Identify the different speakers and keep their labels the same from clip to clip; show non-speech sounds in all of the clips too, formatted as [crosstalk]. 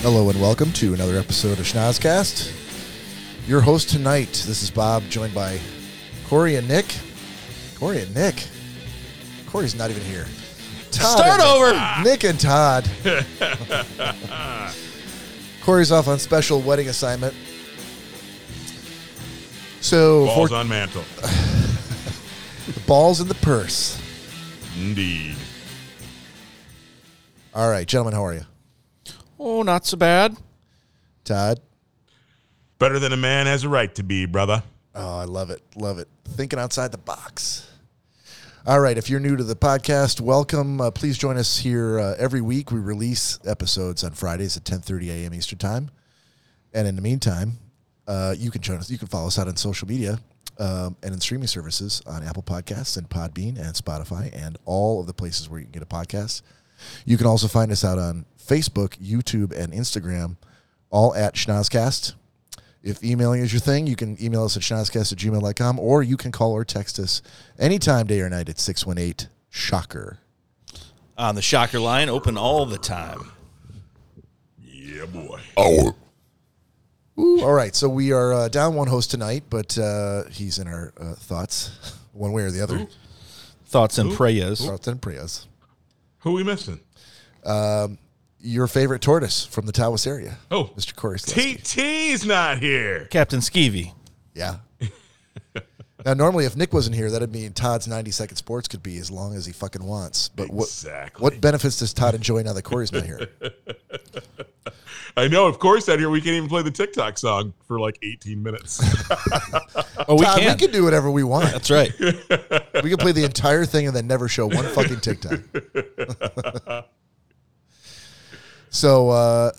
Speaker 1: Hello and welcome to another episode of Schnozcast. Your host tonight, this is Bob, joined by Corey and Nick. Corey and Nick. Corey's not even here. Todd
Speaker 2: Start
Speaker 1: and-
Speaker 2: over.
Speaker 1: Nick and
Speaker 2: [laughs]
Speaker 1: Todd. Corey's off on special wedding assignment. So
Speaker 2: Balls
Speaker 1: for-
Speaker 2: on mantle.
Speaker 1: balls in the purse.
Speaker 2: Indeed.
Speaker 1: All right, gentlemen, how are you?
Speaker 3: Oh, not so bad.
Speaker 1: Todd.
Speaker 2: Better than a man has a right to be, brother.
Speaker 1: Oh, I love it. Love it. Thinking outside the box. All right. If you're new to the podcast, welcome. Uh, please join us here uh, every week. We release episodes on Fridays at 10:30 a.m. Eastern Time. And in the meantime, uh, you can join us. You can follow us out on social media um, and in streaming services on Apple Podcasts and Podbean and Spotify and all of the places where you can get a podcast. You can also find us out on Facebook, YouTube, and Instagram, all at Schnozcast. If emailing is your thing, you can email us at schnozcast at gmail.com or you can call or text us anytime, day or night at 618 Shocker.
Speaker 3: On the shocker line, open all the time.
Speaker 2: Yeah, boy.
Speaker 1: Oh. All right. So we are uh, down one host tonight, but uh, he's in our uh, thoughts [laughs] one way or the other.
Speaker 3: Thoughts and prayers.
Speaker 1: Thoughts and prayers.
Speaker 2: Who we missing?
Speaker 1: Your favorite tortoise from the Tawas area.
Speaker 2: Oh.
Speaker 1: Mr. Corey. Slusky.
Speaker 2: TT's not here.
Speaker 3: Captain Skeevy.
Speaker 1: Yeah. now, normally, if Nick wasn't here, that'd mean Todd's 90 second sports could be as long as he fucking wants. But what,
Speaker 2: Exactly.
Speaker 1: what benefits does Todd enjoy now that Corey's not here?
Speaker 2: I know, of course, out here we can't even play the TikTok song for like 18 minutes.
Speaker 3: Oh, we
Speaker 1: Todd,
Speaker 3: can.
Speaker 1: we can do whatever we want.
Speaker 3: That's
Speaker 2: [laughs]
Speaker 3: right.
Speaker 1: We can play the entire thing and then never show one fucking
Speaker 2: [laughs]
Speaker 1: TikTok. so, uh,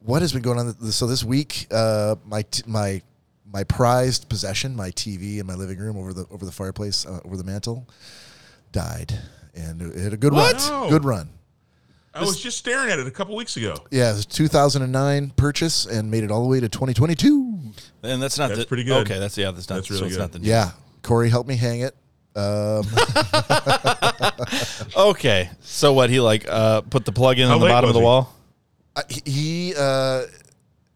Speaker 1: what has been going on? th- So this week, uh, my t- my my prized possession, my TV in my living room over the over the fireplace uh, over the mantle, died, and it had a good
Speaker 2: What?
Speaker 1: run.
Speaker 2: No.
Speaker 1: Good run.
Speaker 2: I was just staring at it a couple weeks ago.
Speaker 1: Yeah, it was 2009 purchase and made it all the way to 2022.
Speaker 3: And that's not
Speaker 2: That's
Speaker 3: the,
Speaker 2: pretty good.
Speaker 3: Okay, that's yeah, that's not
Speaker 2: That's really
Speaker 3: so it's
Speaker 2: good.
Speaker 3: not the new.
Speaker 1: Yeah, Corey helped me hang it.
Speaker 3: Okay. So what he like uh put the plug in
Speaker 2: How
Speaker 3: on the
Speaker 2: late
Speaker 3: bottom of
Speaker 2: was
Speaker 3: the
Speaker 2: he?
Speaker 3: wall?
Speaker 1: I- he uh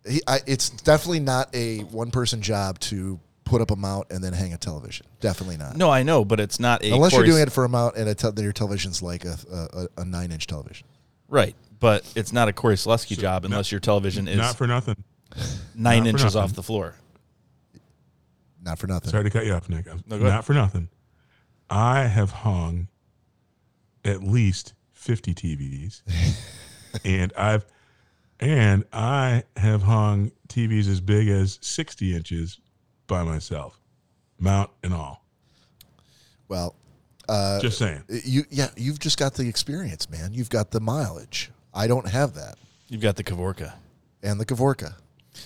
Speaker 1: he I, it's definitely not a one person job to put up a mount and then hang a television definitely not
Speaker 3: No, I know, but it's not a
Speaker 1: unless
Speaker 3: Corey-
Speaker 1: you're doing it for a mount and a te- then your television's like a a, a- a nine inch television
Speaker 3: right. But it's not a Corey Slusky job unless your television is
Speaker 2: Not for nothing.
Speaker 3: nine
Speaker 2: not for
Speaker 3: inches
Speaker 2: nothing.
Speaker 3: off the floor.
Speaker 1: not for nothing
Speaker 2: Sorry to cut you off, Nick. I'm-
Speaker 3: No, go ahead.
Speaker 2: not for nothing. I have hung at least 50 TVs.
Speaker 1: [laughs]
Speaker 2: and I've and I have hung TVs as big as 60 inches by myself. Mount and all.
Speaker 1: well Uh,
Speaker 2: Just saying.
Speaker 1: you yeah you've just got the experience man you've got the mileage i don't have that
Speaker 3: You've got the Kavorka.
Speaker 1: and the Kavorka.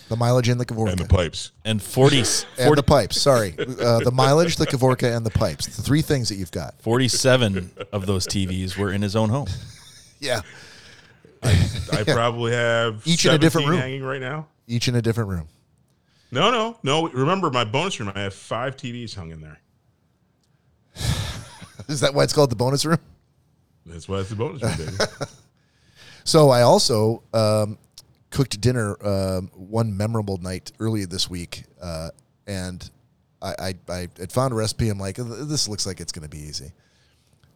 Speaker 1: the mileage and the Kavorka.
Speaker 2: And the pipes.
Speaker 3: [laughs] And 40, 40
Speaker 1: And the pipes sorry uh, the mileage the Kavorka, and the pipes the three things that you've got
Speaker 3: 47 of those TVs were in his own home.
Speaker 1: yeah
Speaker 2: I probably have
Speaker 1: Each in a different
Speaker 2: 17
Speaker 1: room.
Speaker 2: hanging right now.
Speaker 1: each in a different room
Speaker 2: No, no, no. Remember my bonus room. I have five TVs hung in there.
Speaker 1: is that why it's called the bonus room
Speaker 2: That's why it's the bonus room,
Speaker 1: [laughs]
Speaker 2: baby.
Speaker 1: So I also um, cooked dinner um, one memorable night earlier this week, uh, and I, I, I had found a recipe. I'm like, this looks like it's going to be easy,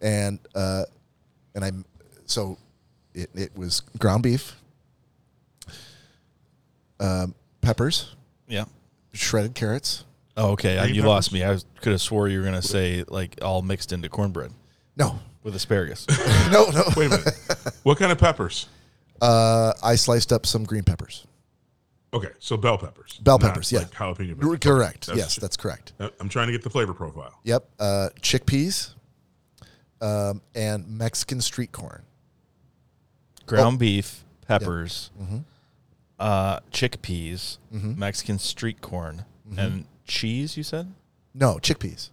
Speaker 1: and uh, and I'm so it, it was ground beef, um, peppers,
Speaker 3: Yeah.
Speaker 1: shredded carrots.
Speaker 3: Oh, okay. I,
Speaker 2: Green
Speaker 3: you lost
Speaker 2: peppers?
Speaker 3: me. I was, could have swore you were going to say like all mixed into cornbread
Speaker 1: No, [laughs]
Speaker 3: with asparagus.
Speaker 1: no, no.
Speaker 2: Wait a minute. What kind of peppers?
Speaker 1: Uh, I sliced up some green peppers,
Speaker 2: Okay, so bell peppers.
Speaker 1: bell
Speaker 2: Not
Speaker 1: peppers. Yeah,
Speaker 2: Like jalapeno peppers.
Speaker 1: Correct.
Speaker 2: That's-
Speaker 1: yes, that's correct.
Speaker 2: I- I'm trying to get the flavor profile. [laughs]
Speaker 1: Yep. Uh, chickpeas um, and Mexican street corn.
Speaker 3: Ground beef, peppers,
Speaker 1: Mm-hmm.
Speaker 3: uh, chickpeas, Mexican street corn,
Speaker 1: Mm-hmm.
Speaker 3: and cheese. You said
Speaker 1: No, chickpeas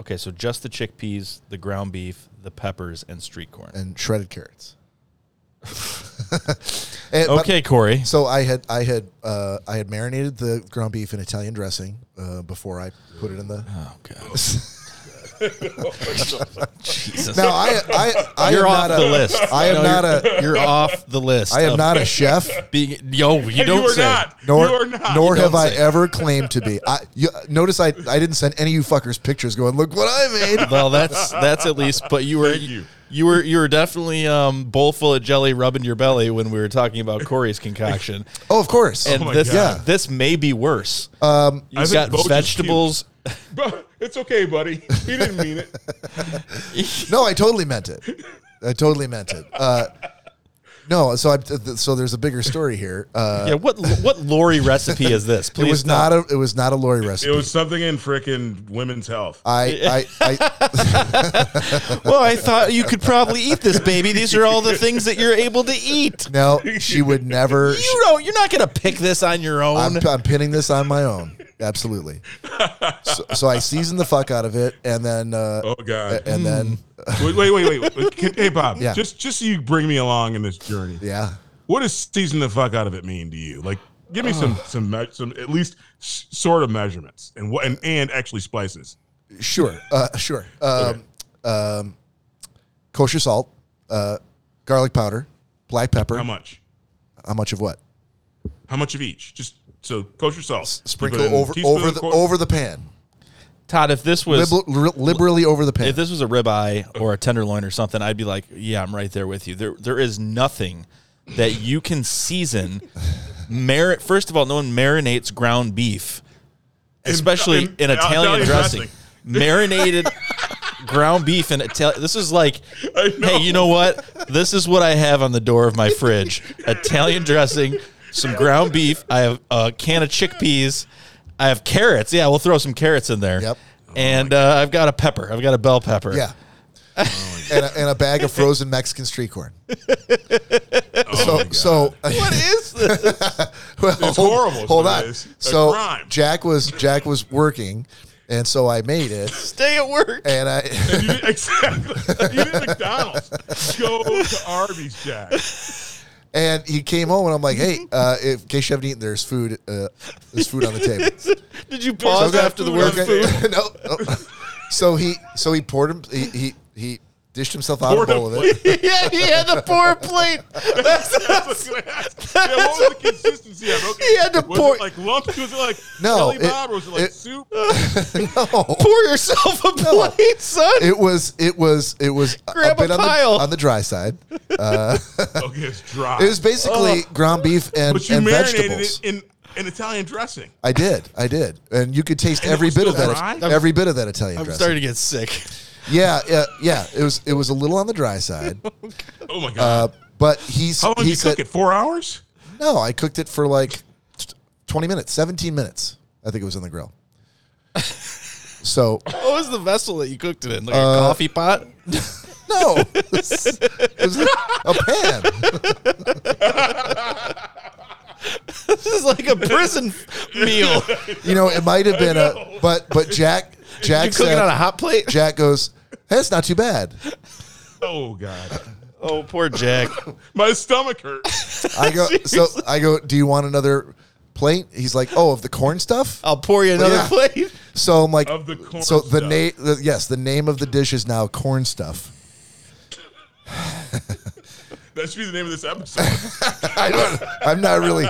Speaker 3: okay. So just the chickpeas, the ground beef, the peppers, and street corn.
Speaker 1: and shredded carrots. [laughs] And- but- [laughs]
Speaker 3: okay, Corey.
Speaker 1: so I had I had uh, I had marinated the ground beef in Italian dressing uh, before I put it in the.
Speaker 3: Oh god.
Speaker 1: [laughs]
Speaker 3: Jesus.
Speaker 1: Now I I, I
Speaker 4: You're
Speaker 1: am
Speaker 4: off
Speaker 1: not a,
Speaker 4: the list.
Speaker 1: [laughs] I am
Speaker 4: No,
Speaker 1: not
Speaker 3: [laughs]
Speaker 1: a
Speaker 3: You're off the list.
Speaker 1: I am
Speaker 3: of
Speaker 1: not a chef.
Speaker 3: Being, yo, you
Speaker 2: And
Speaker 3: don't
Speaker 2: you are
Speaker 3: say.
Speaker 2: not.
Speaker 1: Nor
Speaker 2: you are not.
Speaker 1: nor
Speaker 3: You
Speaker 1: have
Speaker 3: don't
Speaker 1: I
Speaker 3: say.
Speaker 1: ever claimed to be. I you, notice I I didn't send any of you fuckers pictures going look what I made.
Speaker 3: [laughs] Well, that's that's at least. But you were
Speaker 2: Thank you.
Speaker 3: you. were you were definitely um, bowl full of jelly rubbing your belly when we were talking about Corey's concoction.
Speaker 2: [laughs]
Speaker 1: Oh, of course.
Speaker 3: And
Speaker 2: my
Speaker 3: this
Speaker 2: God.
Speaker 3: this may be worse.
Speaker 1: Um,
Speaker 2: I
Speaker 3: You've
Speaker 2: think
Speaker 3: got
Speaker 2: Bo just
Speaker 3: vegetables.
Speaker 2: Bro, it's okay, buddy. He didn't
Speaker 1: [laughs]
Speaker 2: mean it.
Speaker 1: no, I totally meant it. I totally meant it. Uh, no, so I so there's a bigger story here. Uh,
Speaker 3: yeah, what what Lori recipe is
Speaker 1: [laughs]
Speaker 3: this?
Speaker 1: it
Speaker 3: Please
Speaker 1: was
Speaker 3: tell-
Speaker 1: not a it was not a Lori
Speaker 2: It
Speaker 1: recipe.
Speaker 2: was something in frickin' women's health.
Speaker 1: Uh, I, I, I
Speaker 3: Well, I thought you could probably eat this, baby. These are all the things that you're able to eat.
Speaker 1: no, she
Speaker 2: [laughs]
Speaker 1: would never.
Speaker 3: You don't. You're not gonna pick this on your own.
Speaker 1: I'm, I'm pinning this on my own. Absolutely. So, so I seasoned the fuck out of it, and then uh,
Speaker 2: Oh God.
Speaker 1: and then uh,
Speaker 2: wait, wait, wait, wait. wait. Can- Hey, Bob.
Speaker 1: Yeah.
Speaker 2: Just, just so you bring me along in this journey.
Speaker 1: yeah,
Speaker 2: What does season the fuck out of it mean to you? Like, give
Speaker 1: [sighs]
Speaker 2: me some, some, me- some at least s- sort of measurements and what, and, and actually spices.
Speaker 1: sure, uh, sure. Um, um, kosher salt, uh, garlic powder, black pepper.
Speaker 2: How much?
Speaker 1: How much of what?
Speaker 2: How much of each? Just so kosher salt.
Speaker 1: Sprinkle
Speaker 2: You put in
Speaker 1: over
Speaker 2: teaspoon,
Speaker 1: over the
Speaker 2: quar-
Speaker 1: over the pan,
Speaker 3: Todd, if this was
Speaker 1: Liber- li- liberally over the pan.
Speaker 3: if this was a ribeye or a tenderloin or something, I'd be like, yeah, I'm right there with you. There, there is nothing that you can season. Merit. First of all, no one marinates ground beef, especially in,
Speaker 2: in- in
Speaker 3: Italian
Speaker 2: Italian
Speaker 3: dressing.
Speaker 2: dressing.
Speaker 3: Marinated ground beef in Italian. This is like,
Speaker 2: I know.
Speaker 3: hey, you know what? This is what I have on the door of my fridge: Italian dressing, some ground beef. I have a can of chickpeas. I have carrots. Yeah, we'll throw some carrots in there.
Speaker 1: Yep.
Speaker 3: And uh, I've got a pepper. I've got a bell pepper.
Speaker 2: [laughs]
Speaker 1: yeah. and, a, and a bag of frozen Mexican street corn.
Speaker 2: Oh, my
Speaker 1: So,
Speaker 2: God.
Speaker 1: so [laughs]
Speaker 3: What is this?
Speaker 1: well,
Speaker 2: It's
Speaker 1: hold-
Speaker 2: horrible is
Speaker 1: Hold
Speaker 2: what
Speaker 1: on.
Speaker 2: it is. A
Speaker 1: So
Speaker 2: crime.
Speaker 1: Jack was Jack was working, and so I made it,
Speaker 3: Stay at work.
Speaker 1: and
Speaker 2: [laughs]
Speaker 1: I [laughs]
Speaker 2: You did- exactly. You did McDonald's. Go to
Speaker 1: [laughs]
Speaker 2: Arby's, Jack.
Speaker 1: and he came home, and I'm like, hey, uh, if, in case you haven't eaten, there's food. Uh, there's food on the table.
Speaker 3: Did you [laughs] pause
Speaker 2: Okay.
Speaker 3: after the word
Speaker 2: Okay.
Speaker 1: [laughs]
Speaker 3: food?
Speaker 1: no, no. So he so he poured him. He he, he dished himself out
Speaker 2: Poured
Speaker 1: a bowl of
Speaker 2: him-
Speaker 1: it.
Speaker 3: yeah, he had to pour a plate. That's,
Speaker 2: That's what I was gonna ask. Yeah, what was the consistency of? it? Okay.
Speaker 3: He had to
Speaker 2: was
Speaker 3: pour-
Speaker 2: it like lump. Was it like
Speaker 1: No,
Speaker 2: jelly
Speaker 1: it-
Speaker 2: bob or was it like
Speaker 1: it- [laughs]
Speaker 2: soup?
Speaker 1: No.
Speaker 3: pour yourself a plate, son.
Speaker 1: It was it was it was
Speaker 3: Grab a
Speaker 1: bit on the,
Speaker 3: pile.
Speaker 1: on the dry side.
Speaker 2: okay, it's dry.
Speaker 1: It was basically ground beef and,
Speaker 2: Oh. but you
Speaker 1: and
Speaker 2: marinated
Speaker 1: vegetables.
Speaker 2: it in an Italian dressing.
Speaker 1: I did, I did, and you could taste
Speaker 2: And it
Speaker 1: every
Speaker 2: was
Speaker 1: bit
Speaker 2: still
Speaker 1: of that,
Speaker 2: dry?
Speaker 1: every bit of that Italian
Speaker 3: I'm
Speaker 1: dressing.
Speaker 3: starting to get sick.
Speaker 1: Yeah, yeah, yeah. It was it was a little on the dry
Speaker 2: [laughs]
Speaker 1: side,
Speaker 2: Oh my
Speaker 1: uh,
Speaker 2: god!
Speaker 1: but he's
Speaker 2: How long did
Speaker 1: he
Speaker 2: you
Speaker 1: said
Speaker 2: cook it? Four hours?
Speaker 1: no. I cooked it for like twenty minutes, seventeen minutes. I think it was on the
Speaker 2: [laughs]
Speaker 1: grill. So
Speaker 3: What was the vessel that you cooked it in? Like a coffee pot? [laughs]
Speaker 2: [laughs]
Speaker 1: no, it was, a pan.
Speaker 3: This is like a [laughs] prison meal.
Speaker 1: You know, it might have been a but but
Speaker 2: [laughs]
Speaker 1: Jack
Speaker 3: You
Speaker 1: Jack
Speaker 3: cook
Speaker 1: said
Speaker 3: it on a hot plate?
Speaker 1: Jack goes, that's not too bad. [laughs]
Speaker 2: Oh god,
Speaker 3: [laughs] Oh, poor Jack.
Speaker 2: my stomach hurts.
Speaker 1: [laughs] I go so I go. Do you want another plate? He's like, oh, of the corn stuff.
Speaker 3: I'll pour you another
Speaker 1: Yeah.
Speaker 3: plate.
Speaker 1: So I'm like,
Speaker 2: Of the corn
Speaker 1: so the
Speaker 2: stuff.
Speaker 1: name, the, yes, the name of the dish is now corn stuff. [laughs]
Speaker 2: That should be the name of this episode.
Speaker 1: I don't, I'm not really,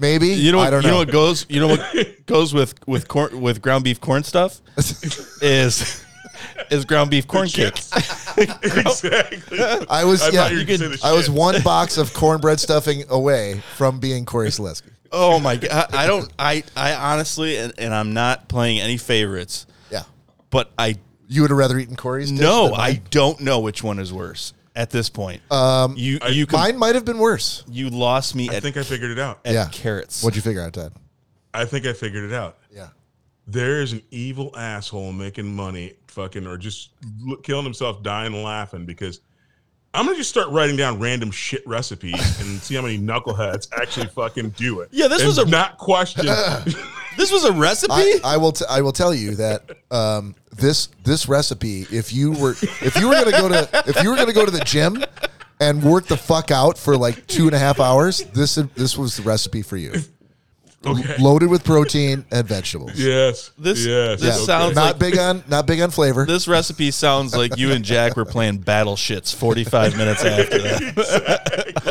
Speaker 1: maybe
Speaker 3: You know, what,
Speaker 1: I don't
Speaker 3: you know.
Speaker 1: know.
Speaker 3: what goes. You know [laughs] what goes with with corn with ground beef corn stuff
Speaker 1: [laughs]
Speaker 3: is [laughs] is ground beef corn
Speaker 2: [laughs]
Speaker 3: cake.
Speaker 2: Chips.
Speaker 1: [laughs]
Speaker 2: exactly.
Speaker 1: I was
Speaker 2: I thought
Speaker 1: yeah,
Speaker 2: you were gonna say the
Speaker 1: I was
Speaker 2: shit. [laughs]
Speaker 1: one box of cornbread stuffing away from being Corey Selesky.
Speaker 3: Oh my god! I don't. I I honestly, and, and I'm not playing any favorites,
Speaker 1: Yeah,
Speaker 3: but I
Speaker 1: you would have rather eaten Corey's. dish
Speaker 3: no,
Speaker 1: than
Speaker 3: I
Speaker 1: mine?
Speaker 3: don't know which one is worse at this point. Um, you you com-
Speaker 1: mine might have been worse.
Speaker 3: you lost me
Speaker 2: I
Speaker 3: at,
Speaker 2: think I figured it out.
Speaker 3: at
Speaker 1: yeah,
Speaker 3: carrots.
Speaker 1: What'd you figure out, Todd?
Speaker 2: I think I figured it out.
Speaker 1: Yeah,
Speaker 2: there is an evil asshole making money, fucking, or just l- killing himself, dying laughing because I'm gonna just start writing down random shit recipes and see how many knuckleheads actually fucking do it.
Speaker 3: Yeah, this
Speaker 2: And
Speaker 3: was a-
Speaker 1: [laughs]
Speaker 2: not question.
Speaker 3: this was a recipe.
Speaker 2: [laughs]
Speaker 1: I, I will. T- I will tell you that um, this this recipe, if you were if you were gonna go to if you were gonna go to the gym and work the fuck out for like two and a half hours, this this was the recipe for you.
Speaker 2: Okay.
Speaker 1: loaded with protein and vegetables.
Speaker 2: Yes.
Speaker 3: This-
Speaker 2: yes.
Speaker 3: this sounds-
Speaker 1: not
Speaker 3: like-
Speaker 1: big on not big on flavor.
Speaker 3: This recipe sounds like you and Jack were playing battle shits 45 minutes after
Speaker 2: [laughs]
Speaker 3: that.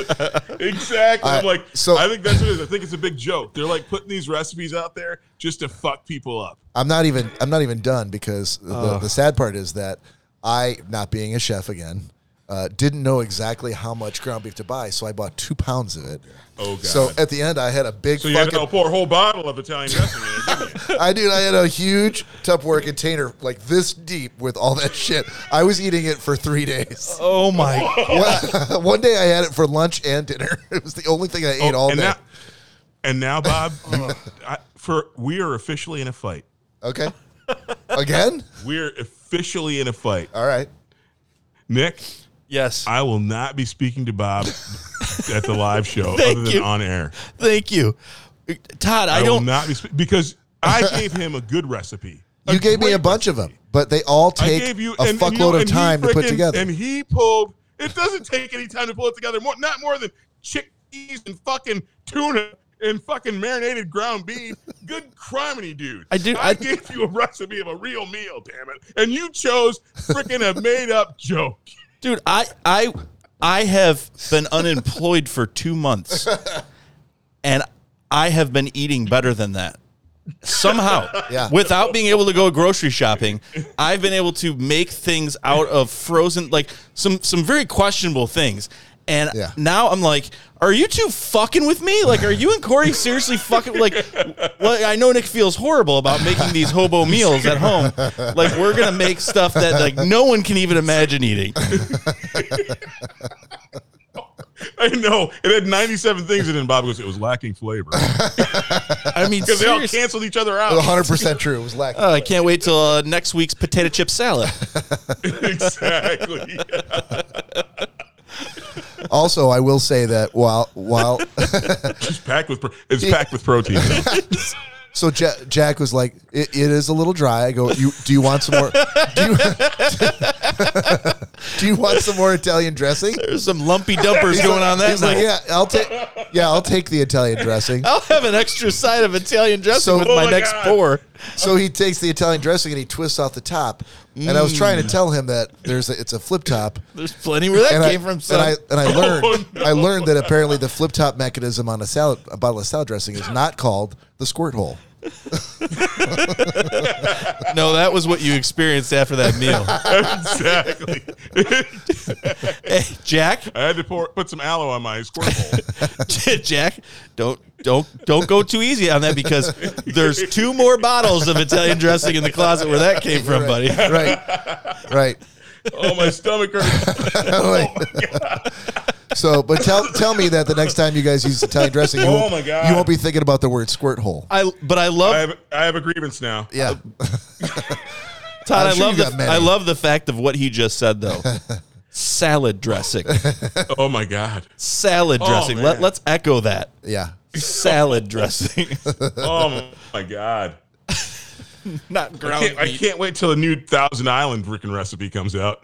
Speaker 2: exactly.
Speaker 1: I-
Speaker 2: I'm like,
Speaker 1: so-
Speaker 2: I think that's what it is. I think it's a big joke. They're like putting these recipes out there just to fuck people up.
Speaker 1: I'm not even I'm not even done because the, the sad part is that I, not being a chef again, uh, didn't know exactly how much ground beef to buy, so I bought two pounds of it.
Speaker 2: Oh, God.
Speaker 1: So at the end, I had a big
Speaker 2: So you had
Speaker 1: fucking.
Speaker 2: to pour a whole bottle of
Speaker 1: [laughs]
Speaker 2: Italian dressing. in it, didn't you?
Speaker 1: I dude, I had a huge Tupperware container like this deep with all that shit. I was eating it for three days.
Speaker 3: Oh my.
Speaker 1: One, [laughs] one day I had it for lunch and dinner. [laughs] It was the only thing I ate all day.
Speaker 2: Oh, and Now, and now, Bob, I, for we are officially in a fight.
Speaker 1: okay. Again?
Speaker 2: We're officially in a fight.
Speaker 1: All right.
Speaker 2: Nick,
Speaker 3: Yes.
Speaker 2: I will not be speaking to Bob at the live
Speaker 1: [laughs]
Speaker 2: show
Speaker 3: Thank
Speaker 2: other than
Speaker 3: you.
Speaker 2: on air.
Speaker 3: Thank you. Todd, I,
Speaker 2: I, will
Speaker 3: don't
Speaker 2: not be spe- because I gave him a good recipe.
Speaker 1: [laughs] You gave me a bunch of them, but they all
Speaker 2: I
Speaker 1: take
Speaker 2: gave you
Speaker 1: a
Speaker 2: and- and
Speaker 1: fuckload
Speaker 2: you-
Speaker 1: of
Speaker 2: and he
Speaker 1: time to put
Speaker 2: frickin-
Speaker 1: together.
Speaker 2: And he pulled. It doesn't take any time to pull it together. More, not more than chickpeas and fucking tuna and fucking marinated ground beef. Good criminy, dude.
Speaker 3: I do-
Speaker 2: I,
Speaker 3: I-
Speaker 2: gave you a recipe of a real meal, damn it, and you chose freaking a made up joke.
Speaker 3: Dude, I I I have been unemployed for 2 months. And I have been eating better than that. Somehow,
Speaker 1: [laughs] Yeah.
Speaker 3: without being able to go grocery shopping, I've been able to make things out of frozen like some some very questionable things. And
Speaker 1: Yeah.
Speaker 3: now I'm like, are you two fucking with me? Like, are you and Corey seriously fucking like? Well, I know Nick feels horrible about making these hobo meals at home. Like, we're gonna make stuff that like no one can even imagine eating.
Speaker 2: I know it had ninety-seven things in it. And Bob goes, it was lacking flavor
Speaker 3: [laughs] I [laughs] mean,
Speaker 2: because they all
Speaker 3: seriously.
Speaker 2: canceled each
Speaker 3: [laughs]
Speaker 2: other out.
Speaker 1: 100% true. It was
Speaker 2: [laughs]
Speaker 1: lacking.
Speaker 3: Oh, I can't wait till uh, next week's potato chip salad.
Speaker 2: [laughs] exactly.
Speaker 1: also, I will say that while while
Speaker 2: It's packed with. Pro- it's packed with
Speaker 3: [laughs]
Speaker 2: protein.
Speaker 1: so Ja- Jack was like, it, "It is a little dry." I go, "You do you want some more? Do you, [laughs] do you want some more Italian dressing?"
Speaker 3: [laughs] There's some lumpy dumpers
Speaker 1: He's
Speaker 3: going
Speaker 1: like-
Speaker 3: on that
Speaker 1: he's like,
Speaker 3: night. Oh.
Speaker 1: yeah, I'll take yeah, I'll take the Italian dressing.
Speaker 3: I'll have an extra side of Italian dressing
Speaker 1: So-
Speaker 3: with
Speaker 1: Oh
Speaker 3: my,
Speaker 2: my
Speaker 3: next
Speaker 2: God.
Speaker 3: pour.
Speaker 1: So he takes the Italian dressing and he twists off the top. And I was trying to tell him that there's a, it's a flip top.
Speaker 3: There's plenty where Mm. that
Speaker 1: and
Speaker 3: came
Speaker 1: I,
Speaker 3: from. Oh,
Speaker 1: and
Speaker 3: Son.
Speaker 1: I and I
Speaker 3: [laughs]
Speaker 1: learned
Speaker 2: no.
Speaker 1: I learned that apparently the flip top mechanism on a salad a bottle of salad dressing is not called the squirt hole.
Speaker 3: [laughs] no, that was what you experienced after
Speaker 1: [laughs]
Speaker 3: that meal.
Speaker 2: exactly.
Speaker 3: hey, Jack, [laughs]
Speaker 2: I had to pour, put some aloe on my squirt hole.
Speaker 3: Jack, don't don't don't go too easy on that because there's two more bottles of Italian dressing in the closet where that came from, buddy.
Speaker 1: Right. Right.
Speaker 2: oh, my stomach hurts.
Speaker 1: [laughs] Right.
Speaker 2: Oh,
Speaker 1: [laughs] so, but tell tell me that the next time you guys use Italian dressing, you,
Speaker 2: Oh
Speaker 1: won't,
Speaker 2: my God.
Speaker 1: you won't be thinking about the word squirt hole.
Speaker 3: I but I love
Speaker 2: I have, I have a grievance now.
Speaker 1: Yeah. [laughs] I'm
Speaker 3: Todd, I
Speaker 1: sure
Speaker 3: love
Speaker 1: you
Speaker 3: the,
Speaker 1: got many.
Speaker 3: I love the fact of what he just said though.
Speaker 1: [laughs]
Speaker 3: salad dressing,
Speaker 2: Oh my god.
Speaker 3: salad
Speaker 2: Oh,
Speaker 3: dressing.
Speaker 2: man.
Speaker 3: Let, let's echo that.
Speaker 1: Yeah.
Speaker 2: [laughs]
Speaker 3: Salad dressing,
Speaker 1: [laughs]
Speaker 2: Oh my god.
Speaker 3: not
Speaker 2: I
Speaker 3: ground
Speaker 2: can't, I
Speaker 3: meat.
Speaker 2: can't wait till a new Thousand Island freaking recipe comes out.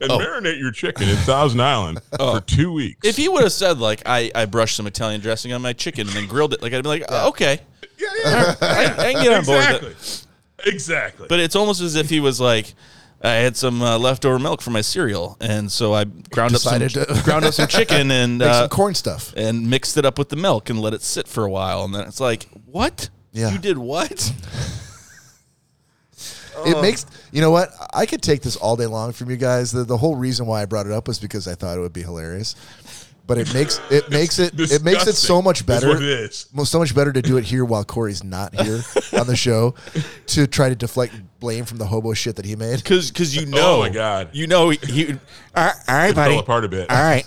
Speaker 2: And marinate your chicken in Thousand
Speaker 3: [laughs]
Speaker 2: Island for two weeks.
Speaker 3: Oh. If he would have said like I, I brushed some Italian dressing on my chicken and then grilled it, like I'd be like, "Oh, okay,
Speaker 2: yeah, yeah,
Speaker 3: [laughs] I, I can get on board. with
Speaker 2: exactly,
Speaker 3: it.
Speaker 2: exactly.
Speaker 3: But it's almost as if he was like, I had some uh, leftover milk from my cereal, and so I ground up some,
Speaker 1: Decided to-
Speaker 3: [laughs] ground up
Speaker 1: [laughs]
Speaker 3: some chicken and
Speaker 1: Make
Speaker 3: uh,
Speaker 1: some corn stuff.
Speaker 3: and mixed it up with the milk and let it sit for a while, and then it's like, what?
Speaker 1: Yeah.
Speaker 3: You did what? [laughs]
Speaker 1: It makes you know what I could take this all day long from you guys. The, the whole reason why I brought it up was because I thought it would be hilarious, but it makes
Speaker 2: [laughs]
Speaker 1: it makes it it makes it so
Speaker 2: disgusting,
Speaker 1: much
Speaker 2: is
Speaker 1: better.
Speaker 2: what it is.
Speaker 1: Well, so much better to do it here while Corey's not here on the show to try to deflect blame from the hobo shit that he
Speaker 2: [laughs]
Speaker 1: made.
Speaker 3: Because you know,
Speaker 2: Oh, my God.
Speaker 3: you know, he, he
Speaker 5: All right, buddy.
Speaker 2: fell apart a bit.
Speaker 5: All
Speaker 3: [laughs]
Speaker 5: right.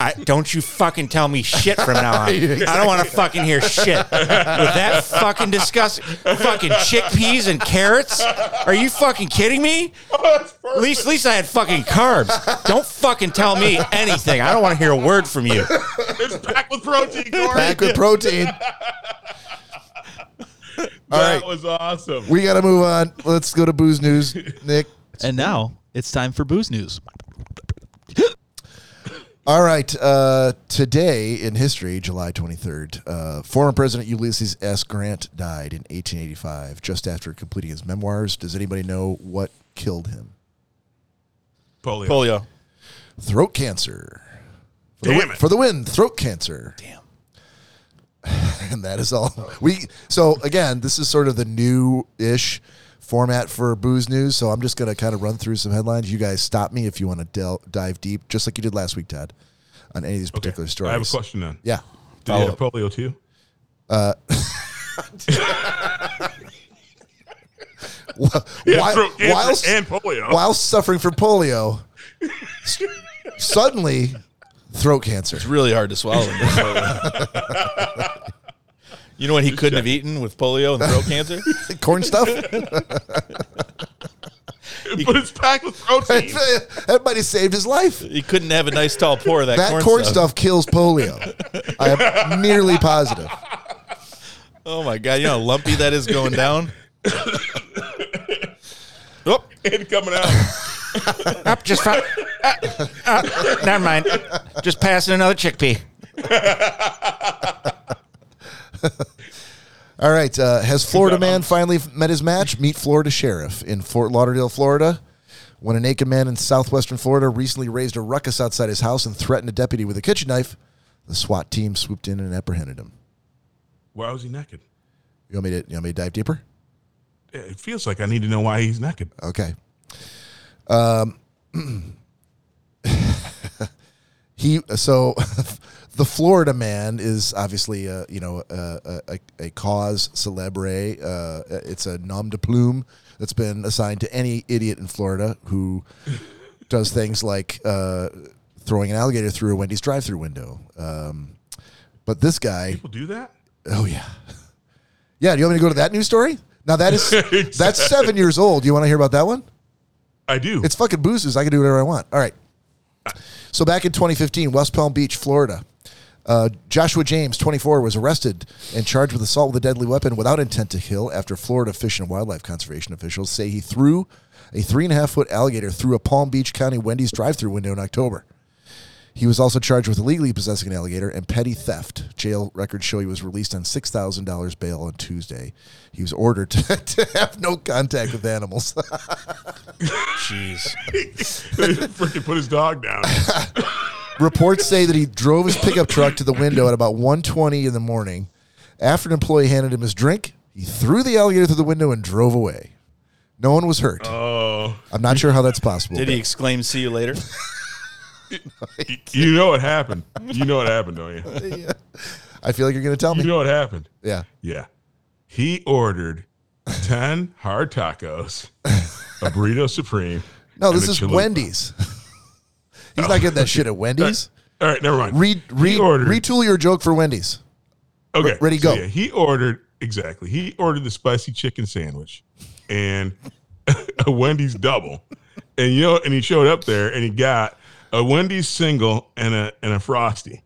Speaker 5: I, don't you fucking tell me shit from now on. I don't want to fucking hear shit. With that fucking disgusting fucking chickpeas and carrots? Are you fucking kidding me?
Speaker 2: Oh,
Speaker 5: At least, at least I had fucking carbs. Don't fucking tell me anything. I don't want to hear a word from you.
Speaker 2: it's packed with protein, Corey.
Speaker 1: Back with protein. All
Speaker 2: that
Speaker 1: right,
Speaker 2: was awesome.
Speaker 1: we got to move on. Let's go to booze news, Nick.
Speaker 3: And now it's time for booze news.
Speaker 1: All right. Uh, today in history, July 23rd, uh, former President Ulysses S. Grant died in 1885, just after completing his memoirs. Does anybody know what killed him?
Speaker 2: Polio.
Speaker 3: Polio.
Speaker 1: Throat cancer. For the
Speaker 2: Damn
Speaker 1: win,
Speaker 2: it.
Speaker 1: For the win, throat cancer. Damn. [laughs] and that is all. We so again, this is sort of the new-ish format for booze news. So I'm just going to kind of run through some headlines. You guys stop me if you want to del- dive deep, just like you did last week, Todd, on any of these particular stories.
Speaker 2: I have a question then. [laughs]
Speaker 1: Yeah.
Speaker 2: Did you have
Speaker 1: [laughs]
Speaker 2: polio too?
Speaker 1: While-
Speaker 2: throat cancer
Speaker 1: whilst-
Speaker 2: and polio.
Speaker 1: while suffering from
Speaker 2: [laughs]
Speaker 1: polio, s- suddenly throat cancer.
Speaker 3: It's really hard to swallow. [laughs] you know what he couldn't have eaten with polio and throat cancer?
Speaker 1: Corn
Speaker 2: [laughs]
Speaker 1: stuff?
Speaker 2: but it's packed with protein.
Speaker 1: [laughs] that might have saved his life.
Speaker 3: He couldn't have a nice tall pour of that,
Speaker 1: That corn, stuff. kills polio. I am nearly positive.
Speaker 3: Oh my god, you know how lumpy that is going down. oh,
Speaker 2: [laughs] and coming
Speaker 1: [laughs]
Speaker 2: out.
Speaker 5: Up, just fi- uh, uh, never mind. Just passing another chickpea.
Speaker 1: All right. Uh, has Florida man finally met his match? Meet Florida sheriff in Fort Lauderdale, Florida. When a naked man in southwestern Florida recently raised a ruckus outside his house and threatened a deputy with a kitchen knife, the SWAT team swooped in and apprehended him.
Speaker 2: Why was he naked?
Speaker 1: You want me to? You want me to dive deeper?
Speaker 2: It feels like I need to know why he's naked.
Speaker 1: Okay. Um, [clears throat] he so [laughs] the Florida man is obviously a you know a, a, a cause celebre. Uh, it's a nom de plume that's been assigned to any idiot in Florida who does things like uh, throwing an alligator through a Wendy's drive-through window. Um, but this guy,
Speaker 2: People do that.
Speaker 1: oh yeah, yeah. Do you want me to go to that news story? Now that is that's seven years old. You want to hear about that one? [laughs]
Speaker 2: I do. [laughs]
Speaker 1: It's fucking boozes. I can do whatever I want. All right. So back in 2015, West Palm Beach, Florida, uh, Joshua James, 24, was arrested and charged with assault with a deadly weapon without intent to kill after Florida Fish and Wildlife Conservation officials say he threw a three and a half foot alligator through a Palm Beach County Wendy's drive through window in October. He was also charged with illegally possessing an alligator and petty theft. Jail records show he was released on $6,000 bail on Tuesday. He was ordered to, [laughs] to have no contact with animals. [laughs]
Speaker 3: jeez.
Speaker 2: Freaking put his dog down.
Speaker 1: Reports say that he drove his pickup truck to the window at about 1.20 in the morning. After an employee handed him his drink, he threw the alligator through the window and drove away. No one was hurt.
Speaker 2: Oh,
Speaker 1: I'm not sure how that's possible.
Speaker 3: Did he exclaim, "See you later"?
Speaker 2: you know what happened. You know what happened, don't you?
Speaker 1: I feel like you're going to tell
Speaker 2: You
Speaker 1: me.
Speaker 2: know what happened.
Speaker 1: Yeah.
Speaker 2: Yeah. He ordered 10 hard tacos, a burrito supreme.
Speaker 1: No,
Speaker 2: and
Speaker 1: this
Speaker 2: a
Speaker 1: is
Speaker 2: chalupa.
Speaker 1: Wendy's. [laughs] He's not getting that shit at Wendy's.
Speaker 2: All right, never mind.
Speaker 1: Read, read,
Speaker 2: [laughs] he ordered.
Speaker 1: retool your joke for Wendy's.
Speaker 2: okay,
Speaker 1: ready,
Speaker 2: so
Speaker 1: go.
Speaker 2: yeah, he ordered, exactly. He ordered the spicy chicken sandwich and [laughs] a Wendy's double. And you know, and he showed up there and he got a Wendy's single and a and a frosty.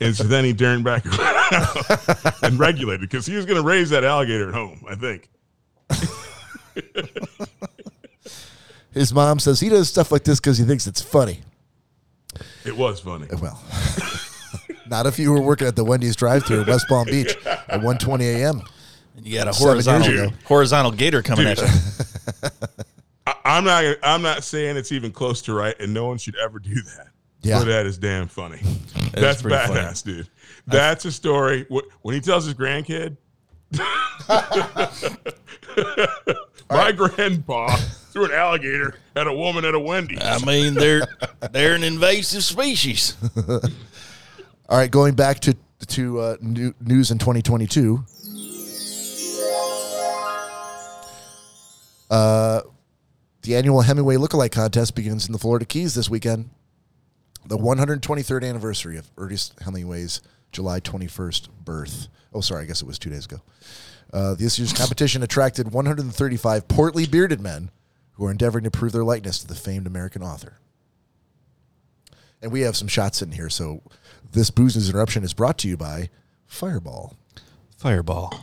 Speaker 2: And so then he turned back [laughs] around and regulated because he was going to raise that alligator at home, I think.
Speaker 1: His mom says he does stuff like this because he thinks it's funny.
Speaker 2: It was funny.
Speaker 1: Well, [laughs] not if you were working at the Wendy's drive-through in West Palm Beach at 1.20 a.m.
Speaker 3: And you got a
Speaker 1: Seven years
Speaker 3: horizontal
Speaker 1: ago.
Speaker 3: horizontal gator coming
Speaker 2: Dude.
Speaker 3: at you.
Speaker 2: I, I'm not. I'm not saying it's even close to right, and no one should ever do that.
Speaker 1: Yeah.
Speaker 2: But that is
Speaker 1: [laughs]
Speaker 2: damn funny. That's
Speaker 3: pretty
Speaker 2: badass,
Speaker 3: funny.
Speaker 2: dude. That's a story. Wh- When he tells
Speaker 1: [laughs]
Speaker 2: his grandkid, my grandpa threw an alligator at a woman at a Wendy's.
Speaker 1: Um,
Speaker 3: I mean, they're they're an invasive species.
Speaker 1: All right, going back to to uh, new, news in 2022. Uh, Uh, the annual Hemingway Lookalike Contest begins in the Florida Keys this weekend. The 123rd anniversary of Ernest Hemingway's July 21st birth. Oh, sorry, I guess it was two days ago. Uh, this year's competition attracted 135 portly bearded men who are endeavoring to prove their likeness to the famed American author. And we have some shots in here. So this Booze News Interruption is brought to you by Fireball.
Speaker 3: Fireball.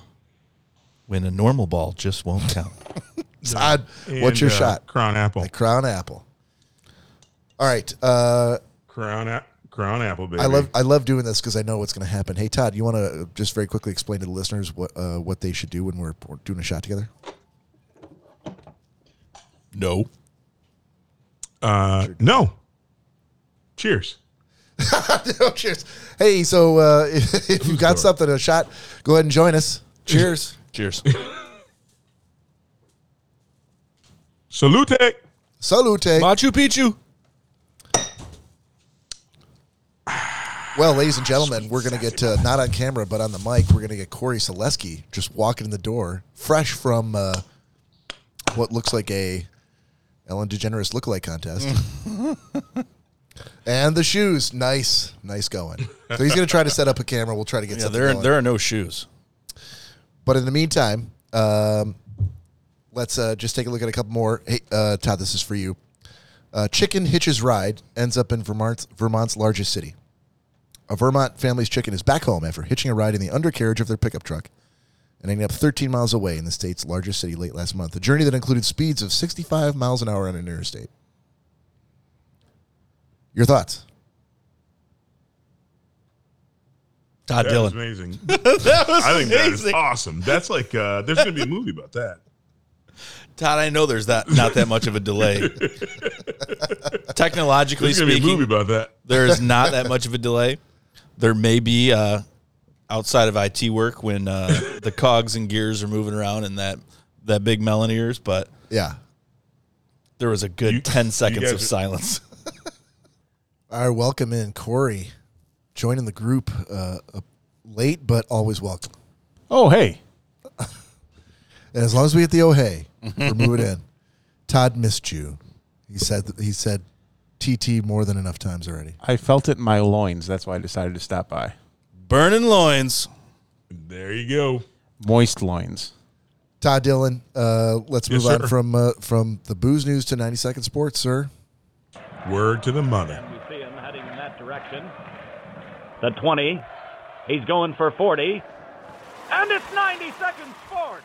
Speaker 3: When a normal ball just won't count.
Speaker 1: Todd, what's your
Speaker 2: And, uh,
Speaker 1: shot?
Speaker 2: Crown apple.
Speaker 1: Crown Apple. All right. Uh,
Speaker 2: Crown apple. Crown apple, baby.
Speaker 1: I love I love doing this because I know what's going to happen. Hey Todd, you want to just very quickly explain to the listeners what uh, what they should do when we're we're doing a shot together? [laughs]
Speaker 3: No.
Speaker 2: Uh, no. Cheers.
Speaker 1: oh, cheers. Hey, so uh, [laughs] if, if you've got something a shot, go ahead and join us.
Speaker 2: [laughs]
Speaker 1: Cheers.
Speaker 3: Cheers.
Speaker 2: Salute.
Speaker 1: Salute.
Speaker 3: Machu Picchu.
Speaker 1: Well, ladies and gentlemen, we're going to get uh, not on camera but on the mic. We're going to get Corey Selesky just walking in the door, fresh from uh, what looks like a Ellen DeGeneres lookalike
Speaker 3: [laughs]
Speaker 1: contest. and the shoes, nice, nice going. So he's going to try to set up a camera. We'll try to get
Speaker 3: Yeah,
Speaker 1: something.
Speaker 3: there are,
Speaker 1: going.
Speaker 3: there are no shoes.
Speaker 1: But in the meantime, um, let's uh, just take a look at a couple more. Hey, uh, Todd, this is for you. Uh, chicken hitches ride ends up in Vermont's, Vermont's largest city. A Vermont family's chicken is back home after hitching a ride in the undercarriage of their pickup truck and ending up 13 miles away in the state's largest city late last month. A journey that included speeds of 65 miles an hour on an interstate. Your thoughts?
Speaker 3: Todd
Speaker 2: That
Speaker 1: [laughs]
Speaker 3: Dillon.
Speaker 2: was amazing. I think that is awesome. That's like uh, there's going to be a movie about that.
Speaker 3: Todd, I know there's that not that much of a
Speaker 2: [laughs]
Speaker 3: delay. Technologically
Speaker 2: There's going to be a movie
Speaker 3: speaking,
Speaker 2: about that.
Speaker 3: there is not that much of a delay. There may be uh, outside of IT work when uh, the cogs and gears are moving around and that that big melon ears, but
Speaker 1: Yeah.
Speaker 3: there was a good
Speaker 2: You-
Speaker 3: 10 seconds
Speaker 2: guys
Speaker 3: of
Speaker 2: are-
Speaker 3: silence.
Speaker 1: All right, welcome in Corey, joining the group uh, uh, late but always welcome.
Speaker 6: Oh, hey.
Speaker 1: And as long as we get the oh hey, we're moving in. Todd missed you. He said he said TT more than enough times already.
Speaker 6: I felt it in my loins. That's why I decided to stop by.
Speaker 3: Burning loins.
Speaker 2: There you go.
Speaker 6: Moist loins.
Speaker 1: Todd Dillon, uh, let's move
Speaker 2: Yes,
Speaker 1: on
Speaker 2: sir.
Speaker 1: from uh, from the booze news to 90 second sports, sir.
Speaker 2: Word to the mother.
Speaker 7: You see him heading in that direction. The 20. He's going for 40. And it's 90 seconds forward.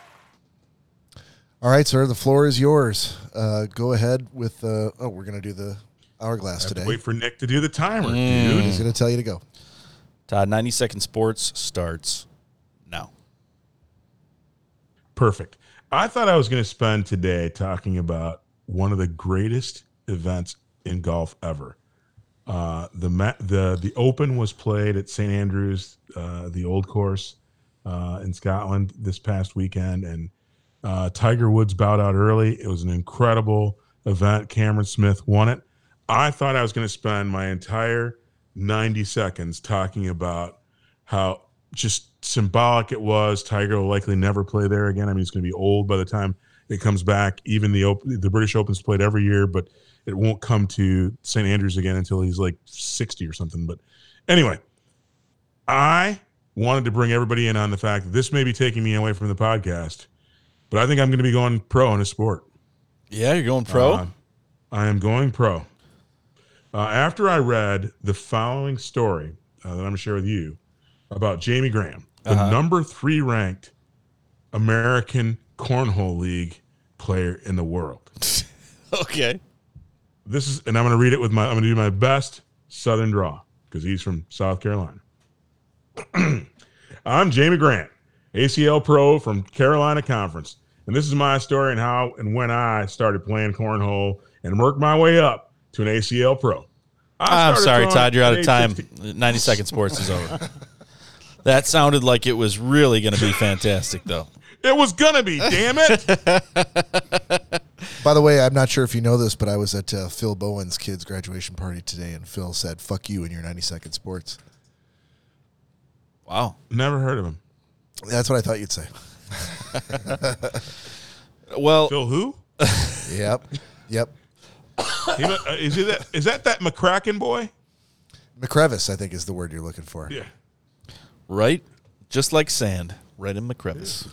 Speaker 1: All right, sir, the floor is yours. Uh, go ahead with uh, oh, we're gonna do the hourglass today.
Speaker 2: Wait for Nick to do the timer,
Speaker 1: He's
Speaker 2: dude.
Speaker 1: gonna tell you to go.
Speaker 3: Todd, 90 second sports starts now.
Speaker 2: Perfect. I thought I was going to spend today talking about one of the greatest events in golf ever. Uh, the ma- the the Open was played at St Andrews, uh, the old course uh, in Scotland this past weekend, and uh, Tiger Woods bowed out early. It was an incredible event. Cameron Smith won it. I thought I was going to spend my entire 90 seconds talking about how just symbolic it was. Tiger will likely never play there again. I mean, he's going to be old by the time it comes back. Even the open, the British Open's played every year, but it won't come to St Andrews again until he's like 60 or something. But anyway, I wanted to bring everybody in on the fact that this may be taking me away from the podcast, but I think I'm going to be going pro in a sport.
Speaker 3: Yeah, you're going pro?
Speaker 2: Uh, I am going pro. Uh, after I read the following story uh, that I'm going to share with you about Jamie Graham, the number three ranked American Cornhole League player in the world.
Speaker 3: okay.
Speaker 2: This is, and I'm going to read it with my, I'm going to do my best Southern draw because he's from South Carolina. [clears throat] I'm Jamie Grant, ACL pro from Carolina Conference, and this is my story and how and when I started playing cornhole and worked my way up to an ACL pro. I
Speaker 3: I'm
Speaker 2: started
Speaker 3: sorry,
Speaker 2: throwing
Speaker 3: Todd. You're out of
Speaker 2: at
Speaker 3: time.
Speaker 2: age 16.
Speaker 3: 90 second sports is over. That sounded like it was really going to be fantastic, though.
Speaker 2: It was gonna be, damn it.
Speaker 3: [laughs]
Speaker 1: By the way, I'm not sure if you know this, but I was at uh, Phil Bowen's kid's graduation party today, and Phil said, "Fuck you" in your 90 second sports.
Speaker 3: Wow.
Speaker 2: Never heard of him.
Speaker 1: That's what I thought you'd say.
Speaker 3: Well,
Speaker 2: Phil, who?
Speaker 1: Yep, yep.
Speaker 2: He, uh, is he that? Is that that McCracken boy?
Speaker 1: McCrevis, I think, is the word you're looking for.
Speaker 2: Yeah.
Speaker 3: right? Just like sand, right in the crevice.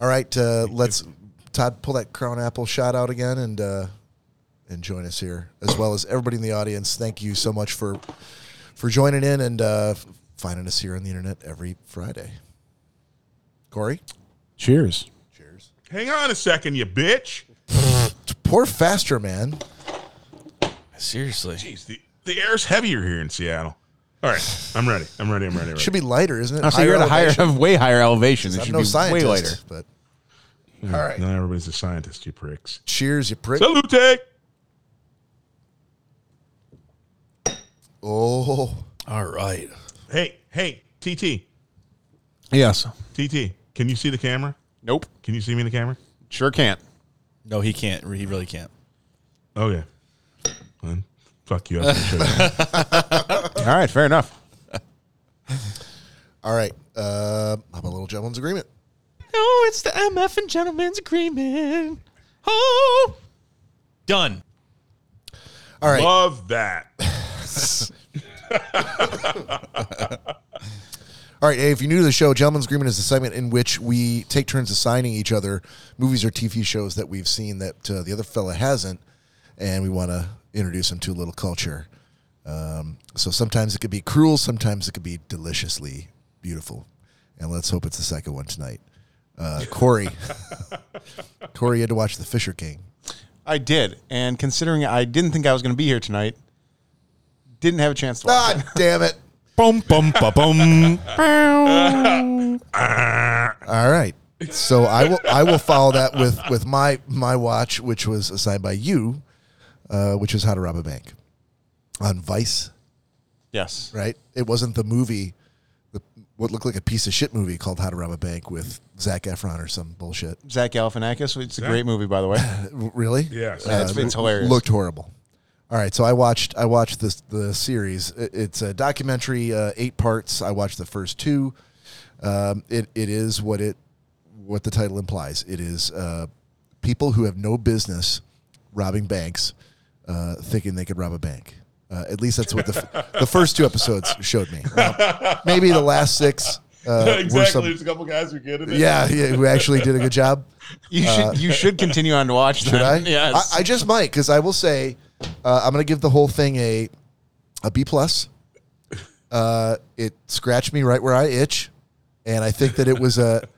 Speaker 1: All right, uh, let's Todd pull that crown apple shot out again and uh, and join us here as well as everybody in the audience. Thank you so much for for joining in and uh, f- finding us here on the internet every Friday. Corey,
Speaker 6: Cheers.
Speaker 1: cheers.
Speaker 2: Hang on a second, you bitch.
Speaker 1: Poor faster man.
Speaker 3: Seriously.
Speaker 2: Jeez, the, the air's heavier here in Seattle. All right. I'm ready. I'm ready. I'm ready. I'm ready.
Speaker 1: Should be lighter, isn't it?
Speaker 6: Honestly, Oh, you're at a higher, [laughs]
Speaker 1: elevation.
Speaker 6: way higher elevation. It
Speaker 1: I'm
Speaker 6: should
Speaker 1: no
Speaker 6: be
Speaker 1: scientist,
Speaker 6: way lighter.
Speaker 1: but
Speaker 2: Yeah,
Speaker 1: all right.
Speaker 2: Now everybody's a scientist, you pricks.
Speaker 1: cheers, you prick.
Speaker 2: Salute!
Speaker 1: Oh,
Speaker 3: All right.
Speaker 2: Hey, hey, TT,
Speaker 6: Yes.
Speaker 2: TT, can you see the camera?
Speaker 6: Nope.
Speaker 2: Can you see me in the camera?
Speaker 6: Sure can't.
Speaker 3: No, he can't. He really can't.
Speaker 2: Okay. Oh, Well,
Speaker 1: [laughs]
Speaker 2: fuck you up.
Speaker 6: All right. Fair enough.
Speaker 1: all right. Uh, how about a little gentleman's agreement?
Speaker 3: Oh, it's the MF and Gentleman's Agreement. Oh. Done.
Speaker 1: All right.
Speaker 2: Love that.
Speaker 1: All right, hey, if you're new to the show, Gentleman's Agreement is a segment in which we take turns assigning each other movies or TV shows that we've seen that uh, the other fella hasn't, and we want to introduce them to a little culture. Um, so sometimes it could be cruel, sometimes it could be deliciously beautiful. And let's hope it's the second one tonight. Uh, Corey. Corey, you had to watch The Fisher King.
Speaker 6: I did, and considering I didn't think I was going to be here tonight, didn't have a chance to. Watch it.
Speaker 1: God damn it.
Speaker 6: Boom, boom, ba, boom.
Speaker 1: All right. So I will I will follow that with, with my my watch, which was assigned by you, uh, which is How to Rob a Bank on Vice.
Speaker 6: Yes.
Speaker 1: Right? It wasn't the movie, the, what looked like a piece of shit movie called How to Rob a Bank with Zach Efron or some bullshit.
Speaker 6: Zach Galifianakis. It's a great movie, by the [laughs] way.
Speaker 1: W- Really? Uh,
Speaker 2: Yes.
Speaker 6: That's been hilarious.
Speaker 1: Looked horrible. All right, so I watched I watched this the series. I- It's a documentary, uh, eight parts. I watched the first two. Um, it it is what it what the title implies. It is uh, people who have no business robbing banks, uh, thinking they could rob a bank. Uh, at least that's what the f- the first two episodes showed me. Now, maybe the last six. Uh, Were
Speaker 2: exactly.
Speaker 1: some,
Speaker 2: There's a couple guys who get it.
Speaker 1: yeah, yeah, who actually did a good job.
Speaker 6: You should you should continue on to watch.
Speaker 1: Uh, Should I?
Speaker 6: [laughs] Yes.
Speaker 1: I, I just might because I will say uh, I'm going to give the whole thing a a B plus. Uh, it scratched me right where I itch, and I think that it was a [laughs]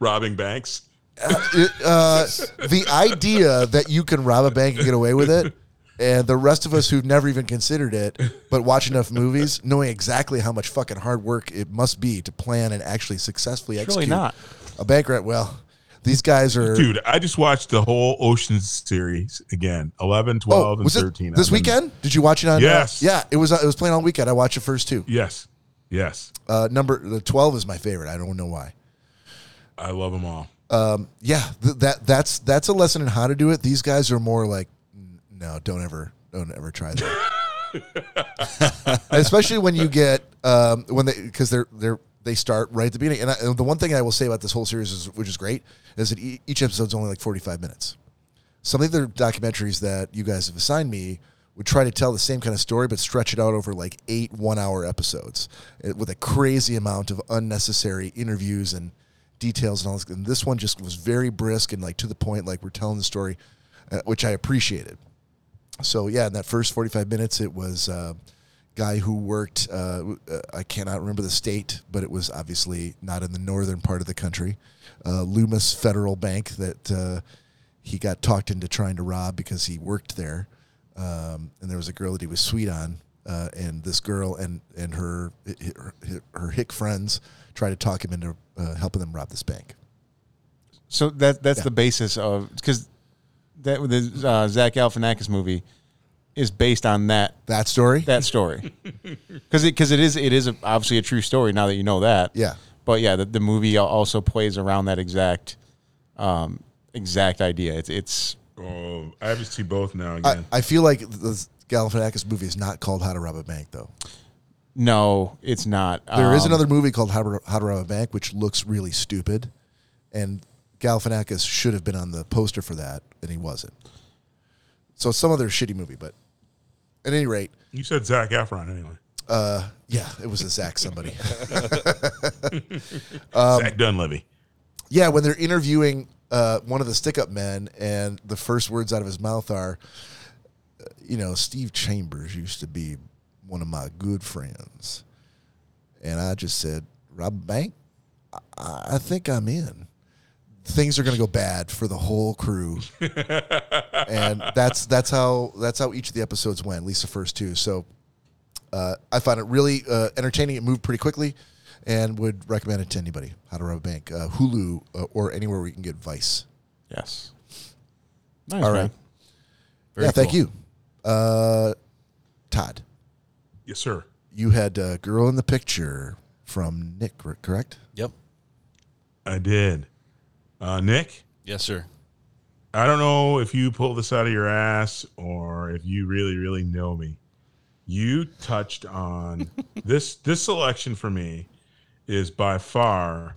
Speaker 2: Robbing banks.
Speaker 1: it, uh, the idea that you can rob a bank and get away with it. And the rest of us who've never even considered it, but watch enough movies, knowing exactly how much fucking hard work it must be to plan and actually successfully
Speaker 6: really
Speaker 1: execute
Speaker 6: not.
Speaker 1: a bank run. Well, these guys are.
Speaker 2: Dude, I just watched the whole Oceans series again 11, 12,
Speaker 1: Oh,
Speaker 2: and
Speaker 1: was
Speaker 2: 13.
Speaker 1: It this
Speaker 2: I've been-
Speaker 1: weekend? Did you watch it on? uh,
Speaker 2: Yes.
Speaker 1: yeah, it was. Uh, it was playing all weekend. I watched the first two.
Speaker 2: Yes. Yes.
Speaker 1: Uh, number the twelve is my favorite. I don't know why.
Speaker 2: I love them all.
Speaker 1: Yeah, th- that that's that's a lesson in how to do it. These guys are more like, "N- no, don't ever, don't ever try that.
Speaker 2: [laughs]
Speaker 1: [laughs] Especially when you get um, when they because they're they're they start right at the beginning. And, I, and the one thing I will say about this whole series is, which is great, is that e- each episode's only like forty five minutes. some of the other documentaries that you guys have assigned me would try to tell the same kind of story but stretch it out over like eight one hour episodes eh, with a crazy amount of unnecessary interviews and details and all this and this one just was very brisk and like to the point like we're telling the story uh, which i appreciated so yeah in that first 45 minutes it was uh, guy who worked uh, w- uh, i cannot remember the state but it was obviously not in the northern part of the country uh, loomis federal bank that uh, he got talked into trying to rob because he worked there um, and there was a girl that he was sweet on uh, and this girl and, and her, her, her hick friends tried to talk him into uh, helping them rob this bank
Speaker 6: So that that's the basis of because that the uh, Zach Galifianakis movie is based on that
Speaker 1: that story
Speaker 6: that story
Speaker 1: [laughs]
Speaker 6: because it because it is it is a, obviously a true story now that you know that
Speaker 1: Yeah.
Speaker 6: but yeah the, the movie al- also plays around that exact um exact idea it's it's
Speaker 2: Oh, I have to see both now
Speaker 1: I,
Speaker 2: again.
Speaker 1: I feel like the Galifianakis movie is not called How to Rob a Bank though
Speaker 6: no it's not
Speaker 1: There is
Speaker 6: Um,
Speaker 1: another movie called How to, How to Rob a Bank, which looks really stupid, and Galifianakis should have been on the poster for that, and he wasn't. So it's some other shitty movie, but at any rate,
Speaker 2: you said Zach Efron anyway.
Speaker 1: yeah, it was a Zach somebody. [laughs]
Speaker 2: Zach Dunleavy.
Speaker 1: yeah, when they're interviewing uh, one of the stick-up men, and the first words out of his mouth are, uh, "You know, Steve Chambers used to be one of my good friends," and I just said, "Rob a Bank, I, I think I'm in." Things are going to go bad for the whole crew, and that's that's how that's how each of the episodes went. At least the first two. So Uh, I found it really uh, entertaining. It moved pretty quickly, and would recommend it to anybody. How to Rob a Bank, uh, Hulu, uh, or anywhere where you can get Vice.
Speaker 6: Yes. Nice,
Speaker 1: All
Speaker 6: man.
Speaker 1: right. yeah, thank you, uh, Todd.
Speaker 2: Yes, sir.
Speaker 1: You had a girl in the picture from Nick, cor- correct?
Speaker 3: Yep.
Speaker 2: I did. Uh, Nick,
Speaker 3: Yes, sir.
Speaker 2: I don't know if you pulled this out of your ass or if you really, really know me. You touched on this. This selection for me is by far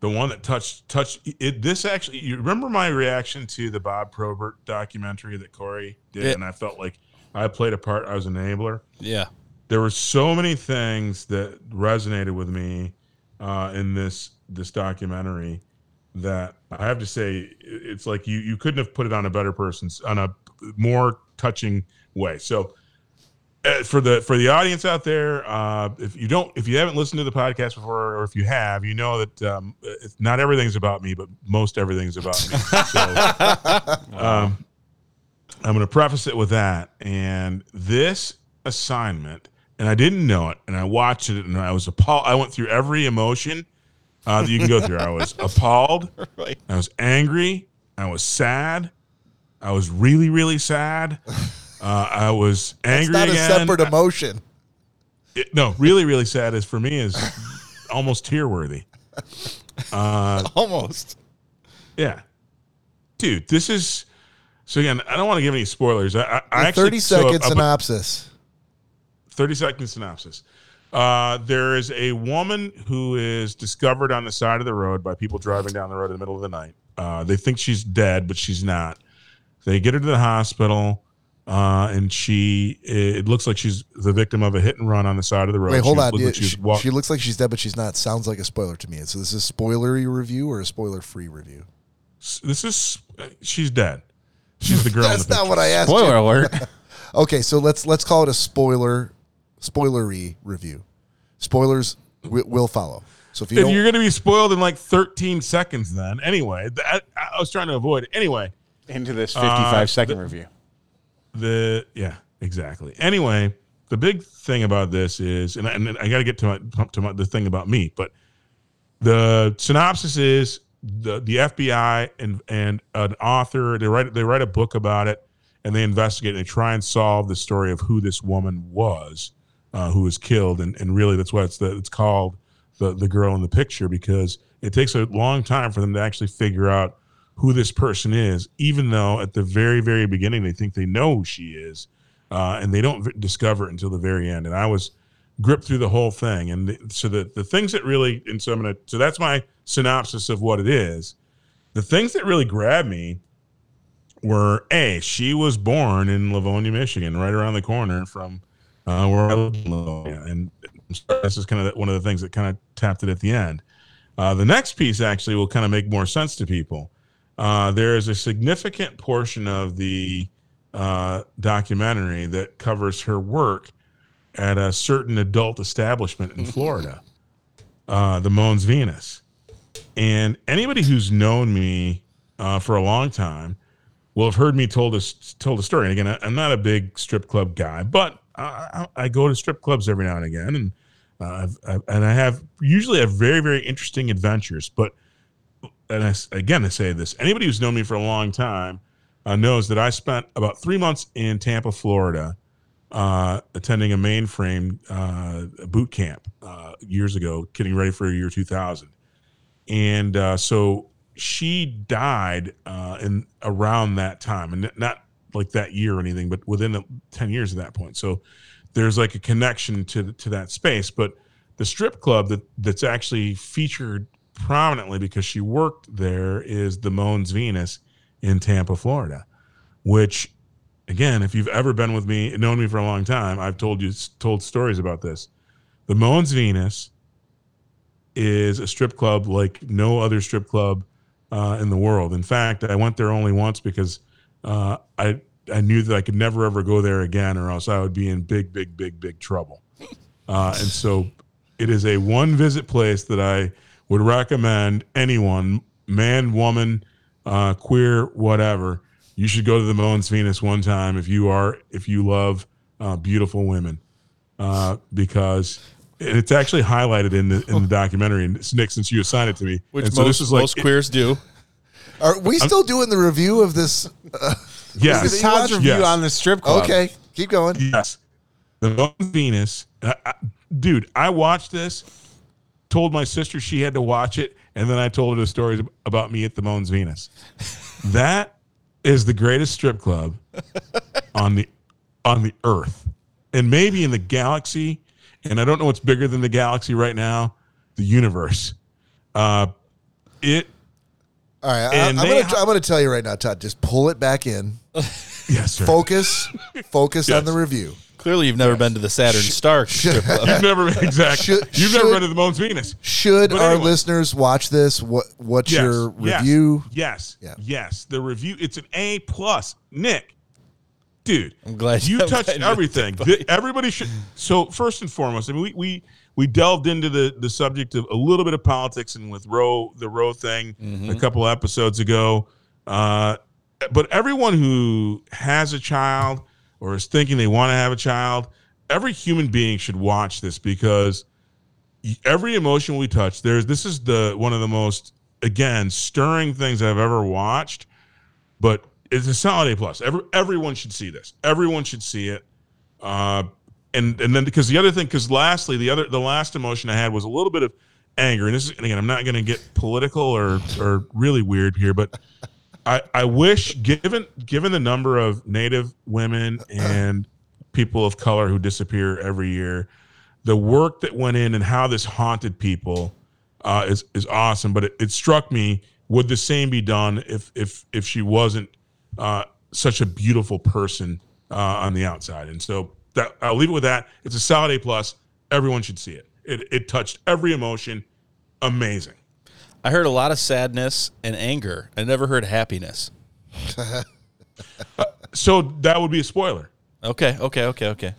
Speaker 2: the one that touched touched it. This actually, you remember my reaction to the Bob Probert documentary that Corey did,
Speaker 3: Yeah.
Speaker 2: and I felt like I played a part. I was an enabler.
Speaker 3: Yeah.
Speaker 2: there were so many things that resonated with me uh, in this this documentary that I have to say it- it's like you you couldn't have put it on a better person's on a more touching way. So uh, for the for the audience out there, uh, if you don't if you haven't listened to the podcast before, or if you have, you know that um, it's not everything's about me, but most everything's about me. So, um, I'm going to preface it with that. And this assignment, and I didn't know it, and I watched it, and I was appalled. I went through every emotion uh, that you can go through.
Speaker 1: [laughs]
Speaker 2: I was appalled.
Speaker 3: Right.
Speaker 2: I was angry. I was sad. I was really, really sad. Uh, I was angry
Speaker 1: It's not
Speaker 2: again.
Speaker 1: a separate
Speaker 2: [laughs]
Speaker 1: emotion.
Speaker 2: It- no, really, really sad is for me is almost tear worthy.
Speaker 3: Almost.
Speaker 2: Yeah, dude, this is. So again, I don't want to give any spoilers. I, I, I actually
Speaker 1: Thirty
Speaker 2: so uh, a-
Speaker 1: second
Speaker 2: a-
Speaker 1: synopsis.
Speaker 2: 30 second synopsis. Uh, there is a woman who is discovered on the side of the road by people driving down the road in the middle of the night. Uh, they think she's dead, but she's not. They get her to the hospital, uh, and she it looks like she's the victim of a hit and run on the side of the road.
Speaker 1: Wait, hold
Speaker 2: She
Speaker 1: on.
Speaker 2: looked
Speaker 1: Yeah,
Speaker 2: like she was
Speaker 1: she,
Speaker 2: walk-
Speaker 1: she looks like she's dead, but she's not. Sounds like a spoiler to me. So this is a spoilery review or a spoiler free review?
Speaker 2: this is uh, she's dead. She's the girl. in
Speaker 1: That's
Speaker 2: the
Speaker 1: not what I asked.
Speaker 5: Spoiler
Speaker 1: [laughs]
Speaker 5: alert.
Speaker 1: you. Okay, so let's let's call it a spoiler, spoilery review. Spoilers w- will follow. So if you
Speaker 2: if
Speaker 1: don't,
Speaker 2: you're going to be spoiled in like 13 seconds, then anyway, th- I, I was trying to avoid. it. Anyway,
Speaker 6: Into this
Speaker 2: Uh,
Speaker 6: fifty-five second review.
Speaker 2: the yeah exactly anyway the big thing about this is and i, and I got to get to my to my, the thing about me but the synopsis is the the fbi and and an author they write they write a book about it and they investigate and they try and solve the story of who this woman was uh, who was killed and, and really that's why it's the, it's called the the girl in the picture because it takes a long time for them to actually figure out who this person is even though at the very very beginning they think they know who she is uh, and they don't v- discover it until the very end and I was gripped through the whole thing and the, so the the things that really and so I'm gonna so that's my synopsis of what it is the things that really grabbed me were a she was born in Livonia, Michigan, right around the corner from uh, where I live in Livonia, and this is kind of one of the things that kind of tapped it at the end. Uh, the next piece actually will kind of make more sense to people. Uh, there is a significant portion of the uh, documentary that covers her work at a certain adult establishment in Florida, uh, the Moans Venus. And anybody who's known me uh, for a long time will have heard me told this told a story. And again, I, I'm not a big strip club guy, but I, I, I go to strip clubs every now and again, and uh, I've, I've, and I have usually have very very interesting adventures. But and I s again I say this: anybody who's known me for a long time uh, knows that I spent about three months in Tampa, Florida, uh, attending a mainframe uh, boot camp uh, years ago, getting ready for year 2000 and uh, so she died uh, in around that time, and not like that year or anything, but within a- ten years of that point. So there's like a connection to to that space, but the strip club that that's actually featured prominently because she worked there is the Moans Venus in Tampa, Florida, which again, if you've ever been with me, known me for a long time, I've told you told stories about this. The Moans Venus is a strip club like no other strip club uh, in the world. In fact, I went there only once because uh, I I knew that I could never ever go there again, or else I would be in big, big, big, big trouble. Uh, and so, it is a one visit place that I would recommend anyone, man, woman, uh, queer, whatever. You should go to the Moans Venus one time if you are if you love uh, beautiful women. uh, because and it's actually highlighted in the in the documentary. And it's Nick, since you assigned it to me,
Speaker 3: which
Speaker 2: and
Speaker 3: most,
Speaker 2: so this is like
Speaker 3: most queers do.
Speaker 1: Are we still doing the review of this? Uh,
Speaker 2: yeah,
Speaker 1: Is it
Speaker 6: Todd's
Speaker 1: watch-
Speaker 6: review
Speaker 2: Yes.
Speaker 6: on the strip club.
Speaker 1: okay, keep going.
Speaker 2: Yes. The Bone Venus. I, I- dude, I watched this, told my sister she had to watch it, and then I told her the stories about me at the Moans Venus. [laughs] that is the greatest strip club [laughs] on the on the earth. And maybe in the galaxy. And I don't know what's bigger than the galaxy right now, the universe. Uh it
Speaker 1: All right, I, I'm
Speaker 2: And
Speaker 1: gonna
Speaker 2: they-
Speaker 1: I'm gonna tell you right now, Todd. Just pull it back in.
Speaker 2: yes, sir. [laughs]
Speaker 1: Focus, focus on
Speaker 2: Yes.
Speaker 1: the review.
Speaker 3: Clearly, you've never been to the Saturn
Speaker 2: [laughs]
Speaker 3: Star strip club.
Speaker 2: You've never exactly
Speaker 1: Should-
Speaker 2: you've never
Speaker 1: should-
Speaker 2: been to the Moans Venus.
Speaker 1: Should
Speaker 2: But
Speaker 1: our
Speaker 2: anyway.
Speaker 1: listeners watch this? What What's
Speaker 2: Yes,
Speaker 1: your
Speaker 2: yes,
Speaker 1: review? [laughs]
Speaker 2: Yes.
Speaker 1: Yeah.
Speaker 2: Yes. The review. It's an A plus. Nick, dude, I'm
Speaker 3: glad-
Speaker 2: you
Speaker 3: [laughs] I'm
Speaker 2: touched
Speaker 3: glad you
Speaker 2: everything. Th- Everybody should. So first and foremost, I mean, we we we delved into the the subject of a little bit of politics and with Roe the Roe thing
Speaker 3: Mm-hmm.
Speaker 2: a couple episodes ago. Uh, but everyone who has a child or is thinking they want to have a child, every human being should watch this because every emotion we touch there's this is the one of the most again stirring things i've ever watched but it's a solid a plus every, everyone should see this everyone should see it uh, and and then because the other thing because lastly the other the last emotion i had was a little bit of anger and this is and again i'm not going to get political or or really weird here but i i wish given given the number of native women and people of color who disappear every year the work that went in and how this haunted people uh, is is awesome. But it, it struck me: would the same be done if if if she wasn't uh, such a beautiful person uh, on the outside? And so that I'll leave it with that. It's a solid A plus. Everyone should see it. It it touched every emotion. Amazing.
Speaker 3: I heard a lot of sadness and anger. I never heard happiness.
Speaker 2: So that would be a spoiler.
Speaker 3: Okay, okay, okay, okay.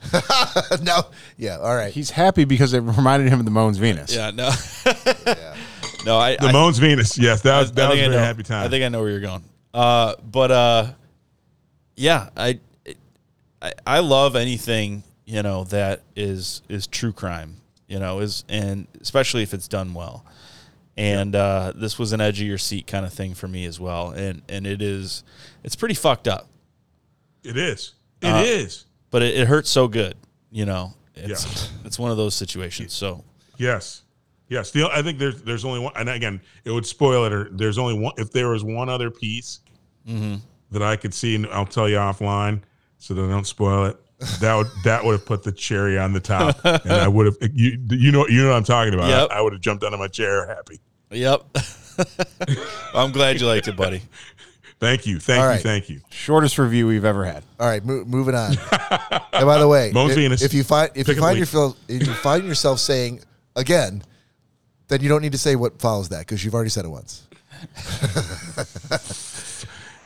Speaker 1: no, yeah. All right.
Speaker 6: He's happy because it [laughs] reminded him of the Moans Venus.
Speaker 3: [laughs] Yeah, no. [laughs] No, I,
Speaker 2: The
Speaker 3: I,
Speaker 2: Moans Venus. Yes, that was that was a
Speaker 3: think I
Speaker 2: very
Speaker 3: know.
Speaker 2: happy time.
Speaker 3: I think I know where you're going. Uh, but uh, yeah, I, I I love anything you know that is is true crime. You know is and especially if it's done well. And uh, this was an edge of your seat kind of thing for me as well. And and it is it's pretty fucked up,
Speaker 2: it is. It is.
Speaker 3: Uh, but it, it hurts so good. You know, it's
Speaker 2: Yeah.
Speaker 3: it's one of those situations. So
Speaker 2: Yes. Yes. The, I think there's there's only one, and again, it would spoil it. Or there's only one. If there was one other piece
Speaker 1: Mm-hmm.
Speaker 2: that I could see, and I'll tell you offline, so that I don't spoil it. That would that would have put the cherry on the top, and I would have you you know you know what I'm talking about.
Speaker 3: Yep.
Speaker 2: I would have jumped out of my chair happy.
Speaker 3: yep, [laughs] I'm glad you liked it,
Speaker 2: [laughs]
Speaker 3: buddy.
Speaker 2: Thank you, thank
Speaker 1: All
Speaker 2: you,
Speaker 1: right.
Speaker 2: thank you.
Speaker 6: Shortest review we've ever had.
Speaker 1: All right, mo- moving on. and by the way,
Speaker 2: Moe's
Speaker 1: if,
Speaker 2: Venus.
Speaker 1: if you find if
Speaker 2: Pick
Speaker 1: you
Speaker 2: up
Speaker 1: find
Speaker 2: leaf.
Speaker 1: yourself if you find yourself saying again, then you don't need to say what follows that because you've already said it once.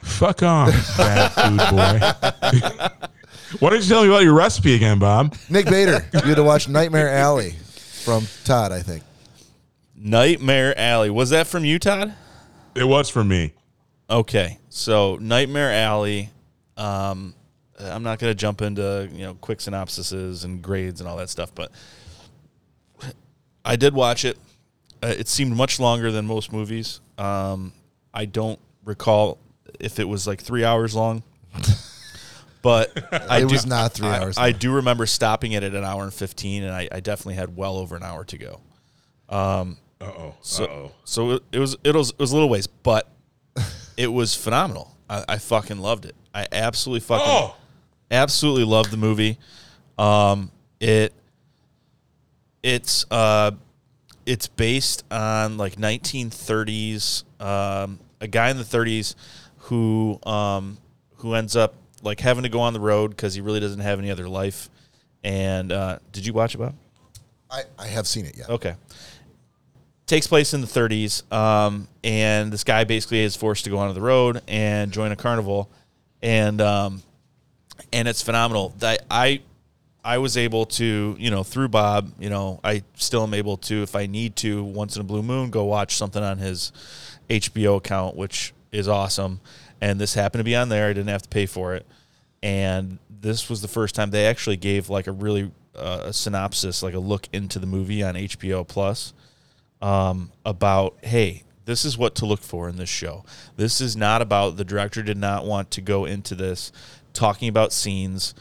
Speaker 2: Fuck on, bad food boy. [laughs] Why don't you tell me about your recipe again, Bob?
Speaker 1: Nick Bader, you had to watch Nightmare Alley from Todd, I think.
Speaker 3: Nightmare Alley was that from you, Todd?
Speaker 2: It was for me.
Speaker 3: Okay, so Nightmare Alley. Um, I'm not going to jump into you know quick synopsises and grades and all that stuff, but I did watch it. Uh, it seemed much longer than most movies. Um, I don't recall if it was like three
Speaker 1: [laughs]
Speaker 3: hours long, but I
Speaker 1: it
Speaker 3: do,
Speaker 1: was not three hours.
Speaker 3: I, I do remember stopping it at an hour and fifteen, and I, I definitely had well over an hour to go.
Speaker 2: Uh oh.
Speaker 3: So, so it, it was it was it was a little ways, but it was phenomenal. I, I fucking loved it. I absolutely fucking
Speaker 2: Oh.
Speaker 3: absolutely loved the movie. Um, it it's uh it's based on like 1930s um, a guy in the 30s who um, who ends up like having to go on the road because he really doesn't have any other life. And uh, did you watch it, Bob?
Speaker 1: I, I have seen it, yeah.
Speaker 3: Okay. Takes place in the 30s, um, and this guy basically is forced to go onto the road and join a carnival, and um, and it's phenomenal. That I I was able to, you know, through Bob, you know, I still am able to, if I need to, once in a blue moon, go watch something on his HBO account, which is awesome. And this happened to be on there. I didn't have to pay for it. And this was the first time they actually gave like a really uh, a, a synopsis, like a look into the movie on HBO Plus, um, about hey, this is what to look for in this show. This is not about the director did not want to go into this talking about scenes,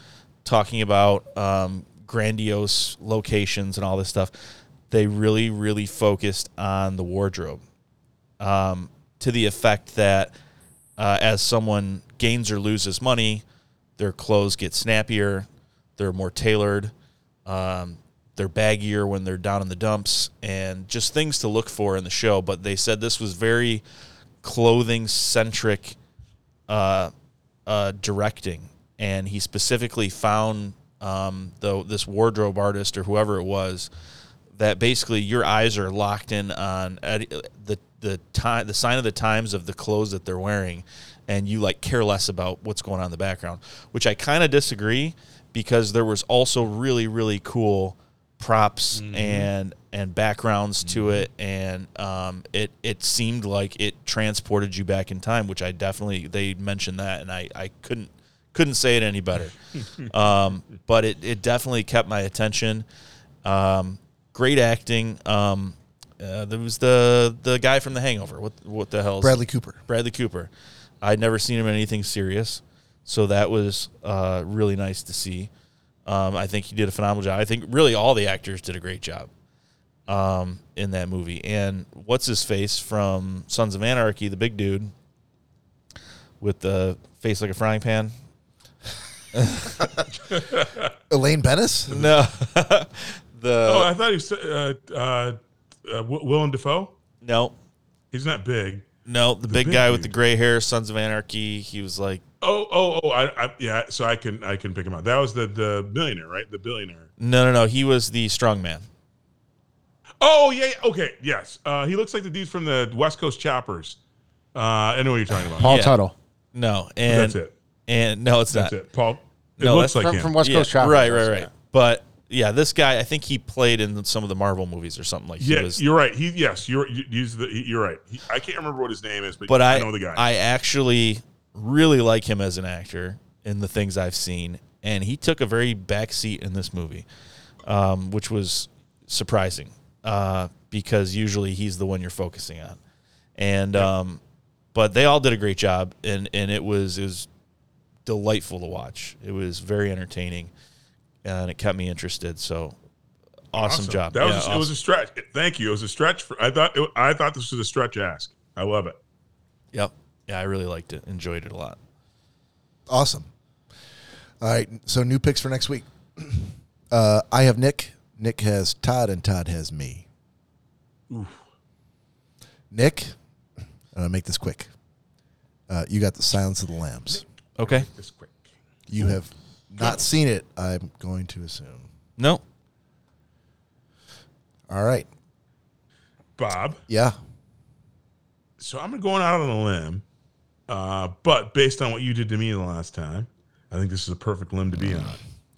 Speaker 3: talking about um, grandiose locations and all this stuff. They really, really focused on the wardrobe um, to the effect that uh, as someone gains or loses money, their clothes get snappier, they're more tailored, um, they're baggier when they're down in the dumps, and just things to look for in the show. But they said this was very clothing centric uh, uh, directing, and he specifically found um, the this wardrobe artist or whoever it was that basically your eyes are locked in on uh, the the time the sign of the times of the clothes that they're wearing and you like care less about what's going on in the background which i kind of disagree because there was also really really cool props and and backgrounds to it and um it it seemed like it transported you back in time which i definitely they mentioned that and i i couldn't couldn't say it any better um but it it definitely kept my attention um great acting um uh, there was the the guy from the hangover what what the hell is
Speaker 1: Bradley Cooper.
Speaker 3: Bradley Cooper. I'd never seen him in anything serious, so that was uh, really nice to see. Um, I think he did a phenomenal job. I think really all the actors did a great job um, in that movie. And what's his face from Sons of Anarchy, the big dude with the face like a frying pan?
Speaker 1: Elaine Bennis?
Speaker 3: No, [laughs] the
Speaker 2: oh, I thought he was uh, uh, uh, Wi- Willem Dafoe.
Speaker 3: no,
Speaker 2: He's not big.
Speaker 3: no, the, big,
Speaker 2: big
Speaker 3: guy with the
Speaker 2: dude.
Speaker 3: gray hair, Sons of Anarchy. He was like,
Speaker 2: Oh, oh, oh! I, I, yeah. So I can, I can pick him out. That was the the billionaire, right? The billionaire.
Speaker 3: no, no, no. He was the strong man.
Speaker 2: Oh yeah. yeah, Okay. Yes. Uh, he looks like the dude from the West Coast Choppers. Uh, I know what you're talking about.
Speaker 6: Paul
Speaker 3: Yeah.
Speaker 6: Tuttle
Speaker 3: No, and
Speaker 2: That's it.
Speaker 3: And no, it's
Speaker 2: That's
Speaker 3: not.
Speaker 2: it. Paul. It
Speaker 3: No,
Speaker 2: looks
Speaker 3: that's
Speaker 2: like
Speaker 6: from,
Speaker 2: him.
Speaker 6: from West
Speaker 3: Yeah,
Speaker 6: Coast Choppers.
Speaker 3: Right, right, right. But yeah, this guy, I think he played in some of the Marvel movies or something like.
Speaker 2: yeah,
Speaker 3: he was,
Speaker 2: you're right. He yes, you're you- he's the he- you're right. He, I can't remember what his name is, but,
Speaker 3: but I,
Speaker 2: know the guy.
Speaker 3: I actually really like him as an actor in the things I've seen, and he took a very back seat in this movie, um, which was surprising uh, because usually he's the one you're focusing on, and um, but they all did a great job, and and it was it was delightful to watch. It was very entertaining, and it kept me interested. So. Awesome, job!
Speaker 2: That was
Speaker 3: Yeah,
Speaker 2: a, it was a stretch. Thank you. It was a stretch. For, I thought it, I thought this was a stretch ask. I love it.
Speaker 3: Yep. Yeah, I really liked it. Enjoyed it a lot.
Speaker 1: Awesome. All right. So new picks for next week. [clears throat] Uh, I have Nick. Nick has Todd, and Todd has me. Nick, and I make this quick. Uh, you got the Silence of the Lambs.
Speaker 3: Okay.
Speaker 2: It's quick.
Speaker 1: You have not seen it. I'm going to assume.
Speaker 3: No.
Speaker 1: All right.
Speaker 2: Bob.
Speaker 1: Yeah.
Speaker 2: So I'm going out on a limb, uh, but based on what you did to me the last time, I think this is a perfect limb to be on.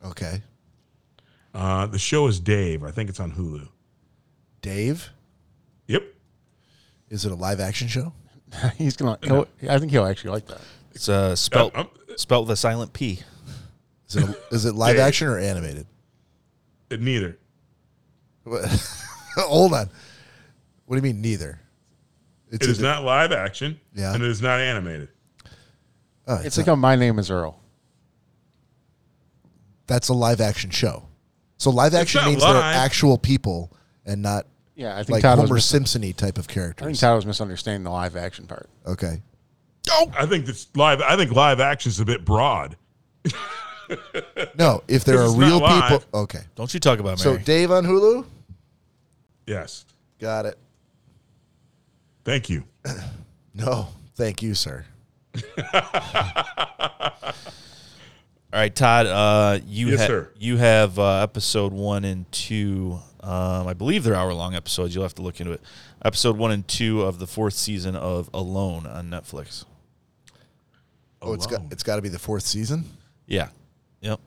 Speaker 1: Okay.
Speaker 2: Uh, the show is Dave. I think it's on Hulu.
Speaker 1: Dave,
Speaker 2: Yep.
Speaker 1: is it a live action show?
Speaker 6: [laughs] He's gonna. He'll, I think he'll actually like that.
Speaker 3: It's uh, spelt
Speaker 2: Uh, um,
Speaker 3: spelt with a silent P.
Speaker 1: Is
Speaker 2: [laughs]
Speaker 1: it, is it live action or animated? [laughs]
Speaker 2: It, neither.
Speaker 1: Hold on. What do you mean neither? It's
Speaker 2: It is
Speaker 1: either-
Speaker 2: not live action.
Speaker 1: Yeah.
Speaker 2: And it is not animated.
Speaker 1: oh, it's
Speaker 6: It's like a My Name Is Earl.
Speaker 1: that's a live action show. So live action
Speaker 2: not
Speaker 1: means they're
Speaker 2: live.
Speaker 1: actual people and not
Speaker 6: Yeah, I think
Speaker 1: like
Speaker 6: Todd
Speaker 1: Homer
Speaker 6: was.
Speaker 1: Simpson type of
Speaker 6: I think
Speaker 1: characters.
Speaker 6: Todd was misunderstanding the live action part.
Speaker 1: Okay.
Speaker 2: I think that's live. I think live action's a bit broad.
Speaker 1: No, if there are
Speaker 2: Because it's not
Speaker 1: real people.
Speaker 2: live.
Speaker 1: Okay.
Speaker 3: Don't you talk about
Speaker 1: So
Speaker 3: Mary.
Speaker 1: Dave on Hulu?
Speaker 2: Yes.
Speaker 1: Got it.
Speaker 2: Thank you.
Speaker 1: No, thank you, sir.
Speaker 3: All right, Todd. Uh, you
Speaker 2: Yes,
Speaker 3: ha-
Speaker 2: sir.
Speaker 3: you have uh, episode one and two. Um, I believe they're hour long episodes. You'll have to look into it. Episode one and two of the fourth season of Alone on Netflix.
Speaker 1: Oh, it's got
Speaker 2: Alone.
Speaker 1: it's got to be the fourth season.
Speaker 3: Yeah. Yep.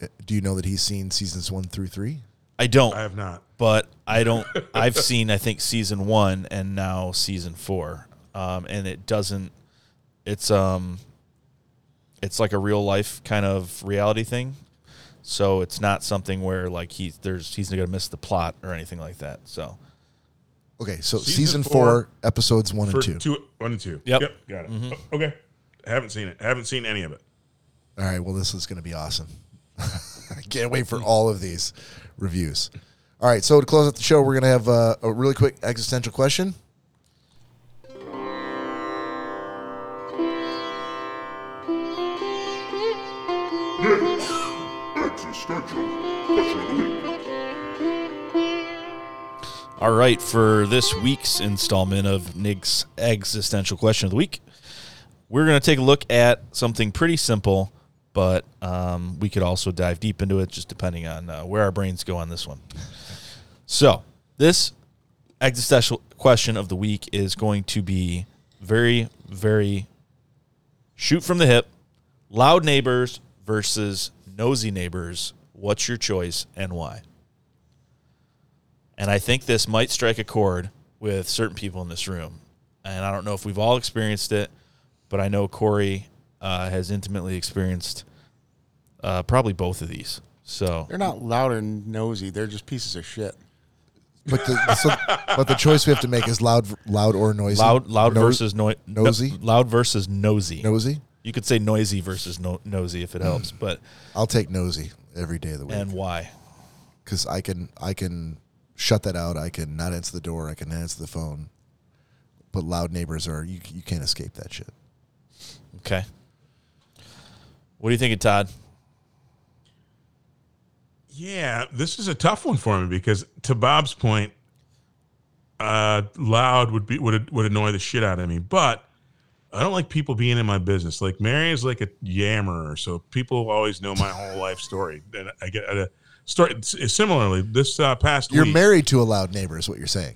Speaker 1: Uh, Do you know that he's seen seasons one through three?
Speaker 3: I don't,
Speaker 2: I have not.
Speaker 3: but I don't. I've seen I think season one and now season four, um, and it doesn't. It's um, it's like a real life kind of reality thing. So it's not something where like he's there's he's going to miss the plot or anything like that. So
Speaker 1: Okay, so season,
Speaker 2: Season
Speaker 1: four,
Speaker 2: four
Speaker 1: episodes one
Speaker 2: For
Speaker 1: and two.
Speaker 2: one and two.
Speaker 3: Yep.
Speaker 2: got it. O- Okay, haven't seen it. Haven't seen any of it.
Speaker 1: All right, well, this is going to be awesome. [laughs] I can't wait for all of these reviews. All right, so to close out the show, we're going to have uh, a really quick existential question.
Speaker 3: All right, for this week's installment of Nick's Existential Question of the Week, we're going to take a look at something pretty simple, but um, we could also dive deep into it just depending on uh, where our brains go on this one. So, this existential question of the week is going to be very, very shoot from the hip loud neighbors versus nosy neighbors. What's your choice and why? And I think this might strike a chord with certain people in this room. And I don't know if we've all experienced it, but I know Corey uh, has intimately experienced uh, probably both of these. So,
Speaker 6: They're not loud and nosy. They're just pieces of shit.
Speaker 1: But the, so, but the choice we have to make is loud, loud or noisy.
Speaker 3: loud, loud
Speaker 1: No-
Speaker 3: versus noi- no-
Speaker 1: nosy?
Speaker 3: loud versus nosy.
Speaker 1: nosy.
Speaker 3: You could say noisy versus no- nosy if it helps, but
Speaker 1: I'll take nosy every day of the week
Speaker 3: and why?
Speaker 1: because I can I can shut that out. I can not answer the door. I can not answer the phone. But loud neighbors are you you can't escape that shit.
Speaker 3: Okay. What do you think of Todd?
Speaker 2: Yeah, this is a tough one for me because to Bob's point, uh, loud would be would would annoy the shit out of me. But I don't like people being in my business. Like Mary is like a yammerer, so people always know my whole life story. And I get a story similarly this uh, past
Speaker 1: You're
Speaker 2: week.
Speaker 1: married to a loud neighbor, is what you're saying.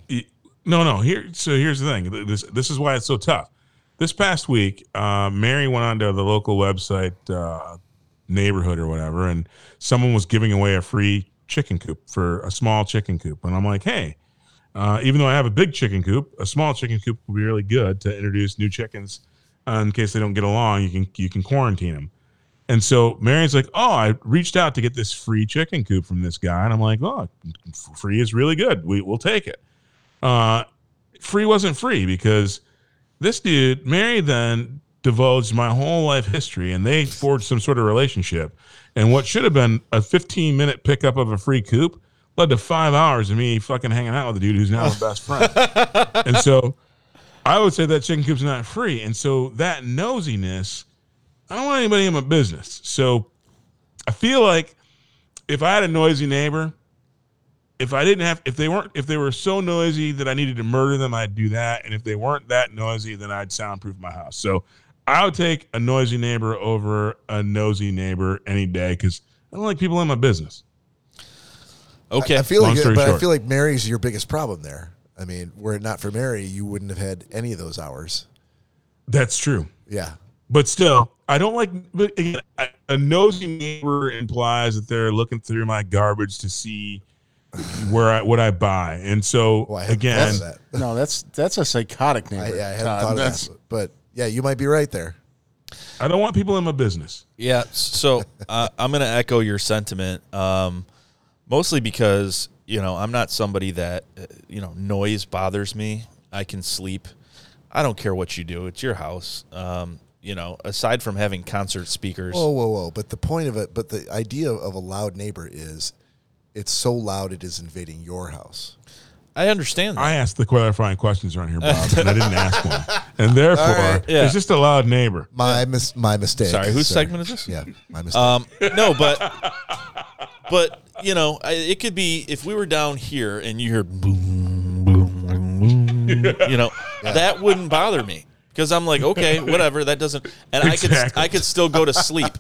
Speaker 2: no, no. Here, so here's the thing. This this is why it's so tough. This past week, uh, Mary went onto the local website, uh, neighborhood or whatever, and someone was giving away a free chicken coop for a small chicken coop, and I'm like, hey, uh, even though I have a big chicken coop, a small chicken coop will be really good to introduce new chickens uh, in case they don't get along. You can you can quarantine them. And so Marion's like, "Oh, I reached out to get this free chicken coop from this guy," and I'm like, "Oh, f- free is really good. We we'll take it." Uh, free wasn't free because this dude Mary then divulged my whole life history, and they forged some sort of relationship. And what should have been a 15 minute pickup of a free coop led to five hours of me fucking hanging out with a dude who's now my best friend. and so I would say that chicken coop's not free. And so that nosiness, I don't want anybody in my business. So I feel like if I had a noisy neighbor, if I didn't have, if they weren't, if they were so noisy that I needed to murder them, I'd do that. And if they weren't that noisy, then I'd soundproof my house. So I would take a noisy neighbor over a nosy neighbor any day because I don't like people in my business.
Speaker 3: Okay.
Speaker 1: I feel
Speaker 2: Long
Speaker 1: like,
Speaker 2: story
Speaker 1: but I
Speaker 2: short.
Speaker 1: feel like Mary's your biggest problem there. I mean, were it not for Mary, you wouldn't have had any of those hours.
Speaker 2: That's true.
Speaker 1: Yeah,
Speaker 2: But still, I don't like. But again, I- a nosy neighbor implies that they're looking through my garbage to see where I what I buy, and so
Speaker 1: well, I hadn't
Speaker 2: again,
Speaker 1: thought of that.
Speaker 6: No, that's that's a psychotic neighbor.
Speaker 1: I, yeah, I hadn't
Speaker 6: Todd.
Speaker 1: thought of
Speaker 6: That's-
Speaker 1: that, but yeah, you might be right there.
Speaker 2: I don't want people in my business.
Speaker 3: Yeah. So uh, I'm going to echo your sentiment, um, mostly because you know I'm not somebody that uh, you know noise bothers me. I can sleep. I don't care what you do. It's your house. Um, you know, aside from having concert speakers.
Speaker 1: Oh, Whoa, whoa, whoa! But the point of it, but the idea of a loud neighbor is, it's so loud it is invading your house.
Speaker 3: I understand that.
Speaker 2: I asked the qualifying questions around here, Bob, and I didn't ask one, and therefore
Speaker 3: Yeah.
Speaker 2: it's just a loud neighbor.
Speaker 1: My mis- my mistake.
Speaker 3: Sorry, whose segment is this?
Speaker 1: Yeah,
Speaker 2: Uh,
Speaker 1: my mistake.
Speaker 3: Um, no, but but you know, I, it could be if we were down here and you hear boom, boom, boom, you know, that wouldn't bother me because I'm like, okay, whatever, that doesn't, and I could
Speaker 2: Exactly.
Speaker 3: I could still go to sleep.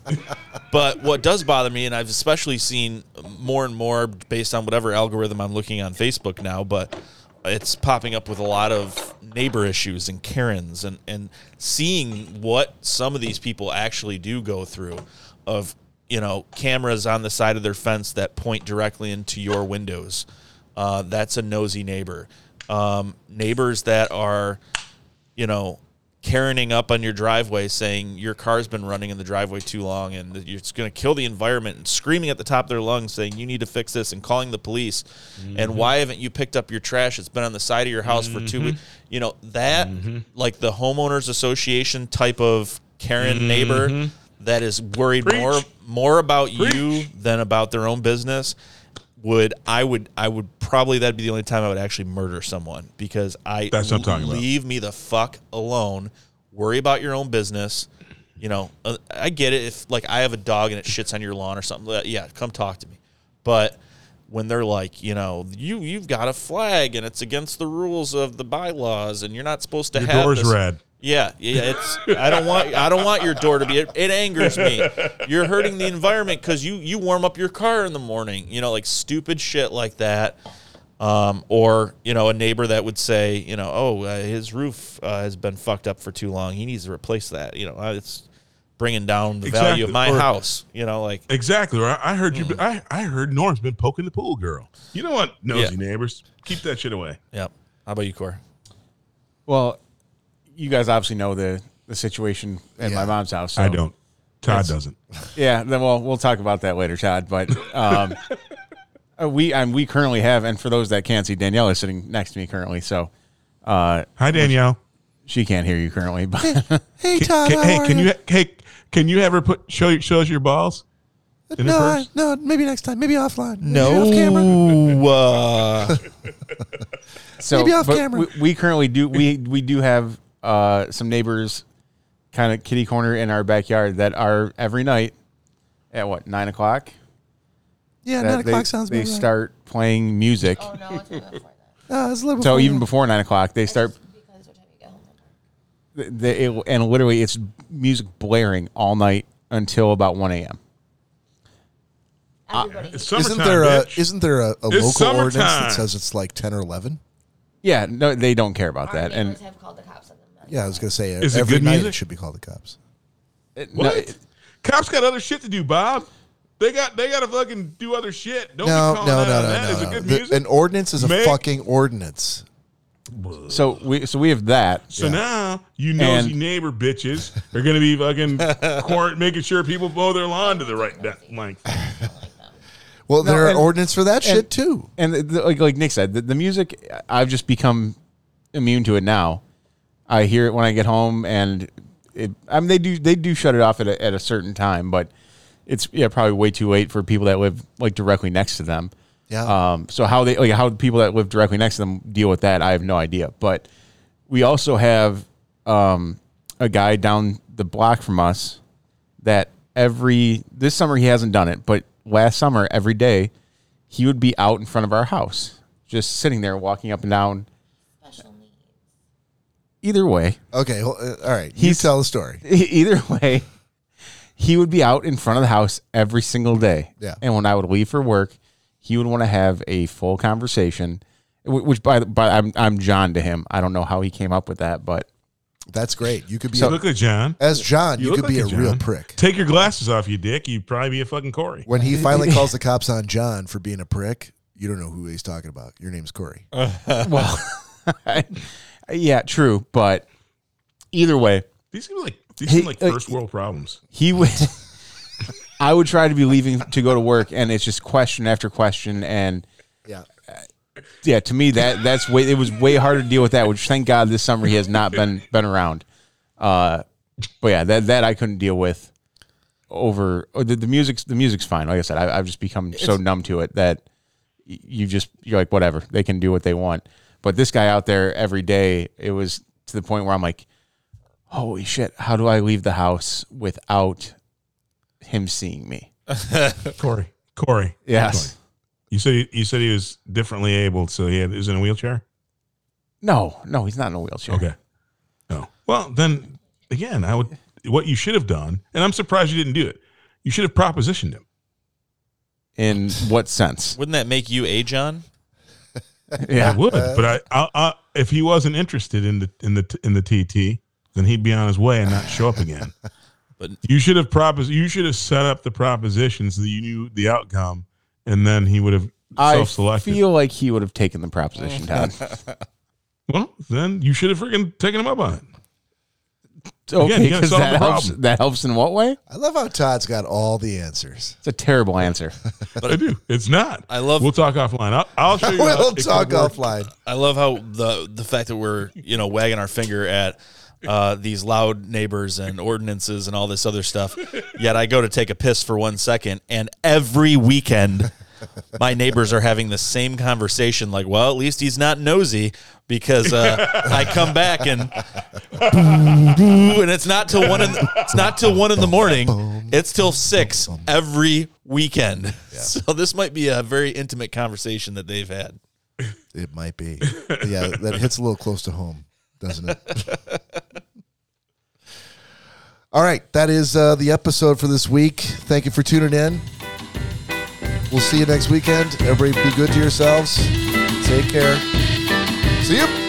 Speaker 3: but what does bother me, and I've especially seen more and more based on whatever algorithm I'm looking on Facebook now, but it's popping up with a lot of neighbor issues and Karens and, and seeing what some of these people actually do go through of, you know, cameras on the side of their fence that point directly into your windows. Uh, that's a nosy neighbor. Um, neighbors that are, you know, Karening up on your driveway saying your car's been running in the driveway too long and that it's going to kill the environment and screaming at the top of their lungs saying you need to fix this and calling the police
Speaker 2: Mm-hmm.
Speaker 3: and why haven't you picked up your trash it's been on the side of your house for two weeks you know that
Speaker 2: Mm-hmm.
Speaker 3: like the homeowners association type of Karen
Speaker 2: Mm-hmm.
Speaker 3: neighbor that is worried more more about you than about their own business would I would I would probably that'd be the only time I would actually murder someone because I
Speaker 2: That's what I'm talking about.
Speaker 3: leave me the fuck alone. Worry about your own business. You know, uh, I get it if like I have a dog and it shits on your lawn or something. uh, Yeah, come talk to me. But when they're like, you know, you you've got a flag and it's against the rules of the bylaws and you're not supposed to
Speaker 2: Your
Speaker 3: have
Speaker 2: door's
Speaker 3: this-
Speaker 2: red.
Speaker 3: yeah, yeah, it's I don't want I don't want your door to be it, it angers me. You're hurting the environment cuz you you warm up your car in the morning, you know, like stupid shit like that. Um, or you know a neighbor that would say you know oh uh, his roof uh, has been fucked up for too long he needs to replace that you know uh, it's bringing down the value of
Speaker 2: Exactly.
Speaker 3: my
Speaker 2: Or-
Speaker 3: house you know like
Speaker 2: Exactly. Or I I heard you. I, I heard Norm's been poking the pool girl. You know what? Nosy neighbors, keep that shit away.
Speaker 3: yeah how about you Core
Speaker 6: Well, you guys obviously know the the situation at my mom's house. so-
Speaker 2: I don't. Todd doesn't.
Speaker 6: Yeah, then we'll we'll talk about that later, Todd. But [laughs] um, uh, we um, we currently have, and for those that can't see, Danielle is sitting next to me currently, so uh,
Speaker 2: Hi Danielle.
Speaker 6: she can't hear you currently. [laughs] But
Speaker 1: Hey,
Speaker 2: Can-
Speaker 1: Todd.
Speaker 2: can-
Speaker 1: how
Speaker 2: hey,
Speaker 1: are
Speaker 2: can you? Hey, can you ever put show show us your balls? In
Speaker 1: No,
Speaker 2: a
Speaker 1: I-
Speaker 2: purse?
Speaker 1: no. Maybe next time. Maybe offline. No. Maybe off camera.
Speaker 3: uh,
Speaker 6: so
Speaker 1: Maybe off
Speaker 6: but
Speaker 1: camera.
Speaker 6: We, we currently do we we do have uh, some neighbors, kind of kitty corner in our backyard that are every night at what nine o'clock.
Speaker 1: Yeah,
Speaker 6: That
Speaker 1: nine
Speaker 6: they,
Speaker 1: o'clock sounds.
Speaker 6: They
Speaker 1: about right.
Speaker 6: start playing music.
Speaker 8: Oh no, it's not before that.
Speaker 1: Uh, it's a little
Speaker 6: So
Speaker 1: before
Speaker 6: even
Speaker 1: that.
Speaker 6: before nine o'clock, they start
Speaker 8: Because what time you get home?
Speaker 6: th- they, it, and literally it's music blaring all night until about 1 a.m. Uh,
Speaker 8: Everybody.
Speaker 2: It's
Speaker 1: Isn't
Speaker 2: summertime.
Speaker 1: there a
Speaker 2: bitch.
Speaker 1: isn't there a, a local ordinance
Speaker 2: summertime.
Speaker 1: that says it's like ten or eleven?
Speaker 6: Yeah, no, they don't care about
Speaker 8: Our
Speaker 6: that. And
Speaker 8: neighbors have called the cops on them.
Speaker 1: Yeah, I was gonna say uh,
Speaker 2: Is it
Speaker 1: every
Speaker 2: good
Speaker 1: night
Speaker 2: music?
Speaker 1: it should be called the cops.
Speaker 6: it- no,
Speaker 2: What?
Speaker 6: it-
Speaker 2: Cops got other shit to do, Bob. They got they got to fucking do other shit. Don't
Speaker 1: No,
Speaker 2: be calling
Speaker 1: no,
Speaker 2: out
Speaker 1: no,
Speaker 2: on
Speaker 1: no,
Speaker 2: that.
Speaker 1: no.
Speaker 2: Is it
Speaker 1: no.
Speaker 2: good
Speaker 1: The-
Speaker 2: music?
Speaker 1: an ordinance is a
Speaker 2: Make-
Speaker 1: fucking ordinance.
Speaker 6: so we so we have that.
Speaker 2: so now you nosy
Speaker 6: And-
Speaker 2: neighbor bitches are gonna
Speaker 1: [laughs]
Speaker 2: be fucking court making sure people mow their lawn to the right de- length.
Speaker 1: Well, there are
Speaker 6: and-
Speaker 1: ordinance for that shit too.
Speaker 6: And the- the, like like Nick said, the, the music I've just become immune to it now. I hear it when I get home, and it, I mean they do they do shut it off at a, at a certain time, but it's yeah probably way too late for people that live like directly next to them.
Speaker 1: Yeah.
Speaker 6: Um, so how they like how the people that live directly next to them deal with that, I have no idea. But we also have um, a guy down the block from us that every this summer he hasn't done it, but last summer every day he would be out in front of our house, just sitting there walking up and down.
Speaker 8: Special needs.
Speaker 6: Either way,
Speaker 1: Okay, well, uh, all right. You
Speaker 6: He's-
Speaker 1: tell the story.
Speaker 6: [laughs] either way, he would be out in front of the house every single day.
Speaker 1: Yeah.
Speaker 6: And when I would leave for work, he would want to have a full conversation. wh- Which by the by, I'm I'm John to him. I don't know how he came up with that, but
Speaker 1: That's great. You could be a-
Speaker 2: You look like John.
Speaker 1: as John. You,
Speaker 2: look
Speaker 1: could be a
Speaker 2: like
Speaker 1: real
Speaker 2: John. [laughs]
Speaker 1: prick.
Speaker 2: Take your glasses off, you dick. You'd probably be a fucking Corey.
Speaker 1: When
Speaker 2: [laughs]
Speaker 1: he finally calls the cops on John for being a prick, you don't know who he's talking about. Your name's Corey.
Speaker 2: Uh,
Speaker 6: well, yeah, true. But either way,
Speaker 2: These seem like these
Speaker 6: He-
Speaker 2: seem like
Speaker 6: uh,
Speaker 2: first world problems.
Speaker 6: he would [laughs] i would try to be leaving to go to work and it's just question after question and
Speaker 1: yeah.
Speaker 6: yeah to me that that's way it was way harder to deal with that which thank god this summer he has not been been around uh but yeah that that i couldn't deal with over or the, the music's the music's fine like i said I, i've just become so numb to it that y- you just you're like whatever they can do what they want but this guy out there every day it was to the point where i'm like holy shit how do i leave the house without him seeing me
Speaker 2: Corey. Corey.
Speaker 6: yes
Speaker 2: You said he, you said he was differently abled, so he had, is in a wheelchair.
Speaker 6: no no he's not in a wheelchair
Speaker 2: Okay. Oh well, then again, I would. What you should have done, and I'm surprised you didn't do it. You should have propositioned him.
Speaker 6: in what sense
Speaker 3: wouldn't that make you a John
Speaker 2: I [laughs] would, but I, I, I, if he wasn't interested in the in the in the TT, then he'd be on his way and not show up again.
Speaker 3: [laughs] But-
Speaker 2: you should have propos- You should have set up the proposition so that you knew the outcome, and then he would have
Speaker 6: I
Speaker 2: self-selected.
Speaker 6: feel like he would have taken the proposition, Todd.
Speaker 2: well, then you should have freaking taken him up on it. Again,
Speaker 6: Okay,
Speaker 2: you gotta
Speaker 6: because
Speaker 2: solve
Speaker 6: that
Speaker 2: the
Speaker 6: helps.
Speaker 2: problem.
Speaker 6: That helps in what way?
Speaker 1: I love how Todd's got all the
Speaker 2: [laughs]
Speaker 1: answers. [laughs]
Speaker 6: It's a terrible answer.
Speaker 2: I do. It's not.
Speaker 3: I love-
Speaker 2: We'll talk offline. I'll,
Speaker 3: [laughs]
Speaker 2: I'll show you. how
Speaker 1: We'll
Speaker 2: it could
Speaker 1: talk
Speaker 2: work.
Speaker 1: offline.
Speaker 3: I love how the the fact that we're you know wagging our finger at uh, these loud neighbors and ordinances and all this other stuff. Yet I go to take a piss for one second, and every weekend my neighbors are having the same conversation. Like, well, at least he's not nosy because uh, I come back and and it's not till one. In, it's not till one in the morning. It's till six every weekend. So this might be a very intimate conversation that they've had.
Speaker 1: It might be. Yeah, that hits a little close to home, doesn't it? All right, that is uh, the episode for this week. Thank you for tuning in. We'll see you next weekend. Everybody, be good to yourselves. Take care. See you.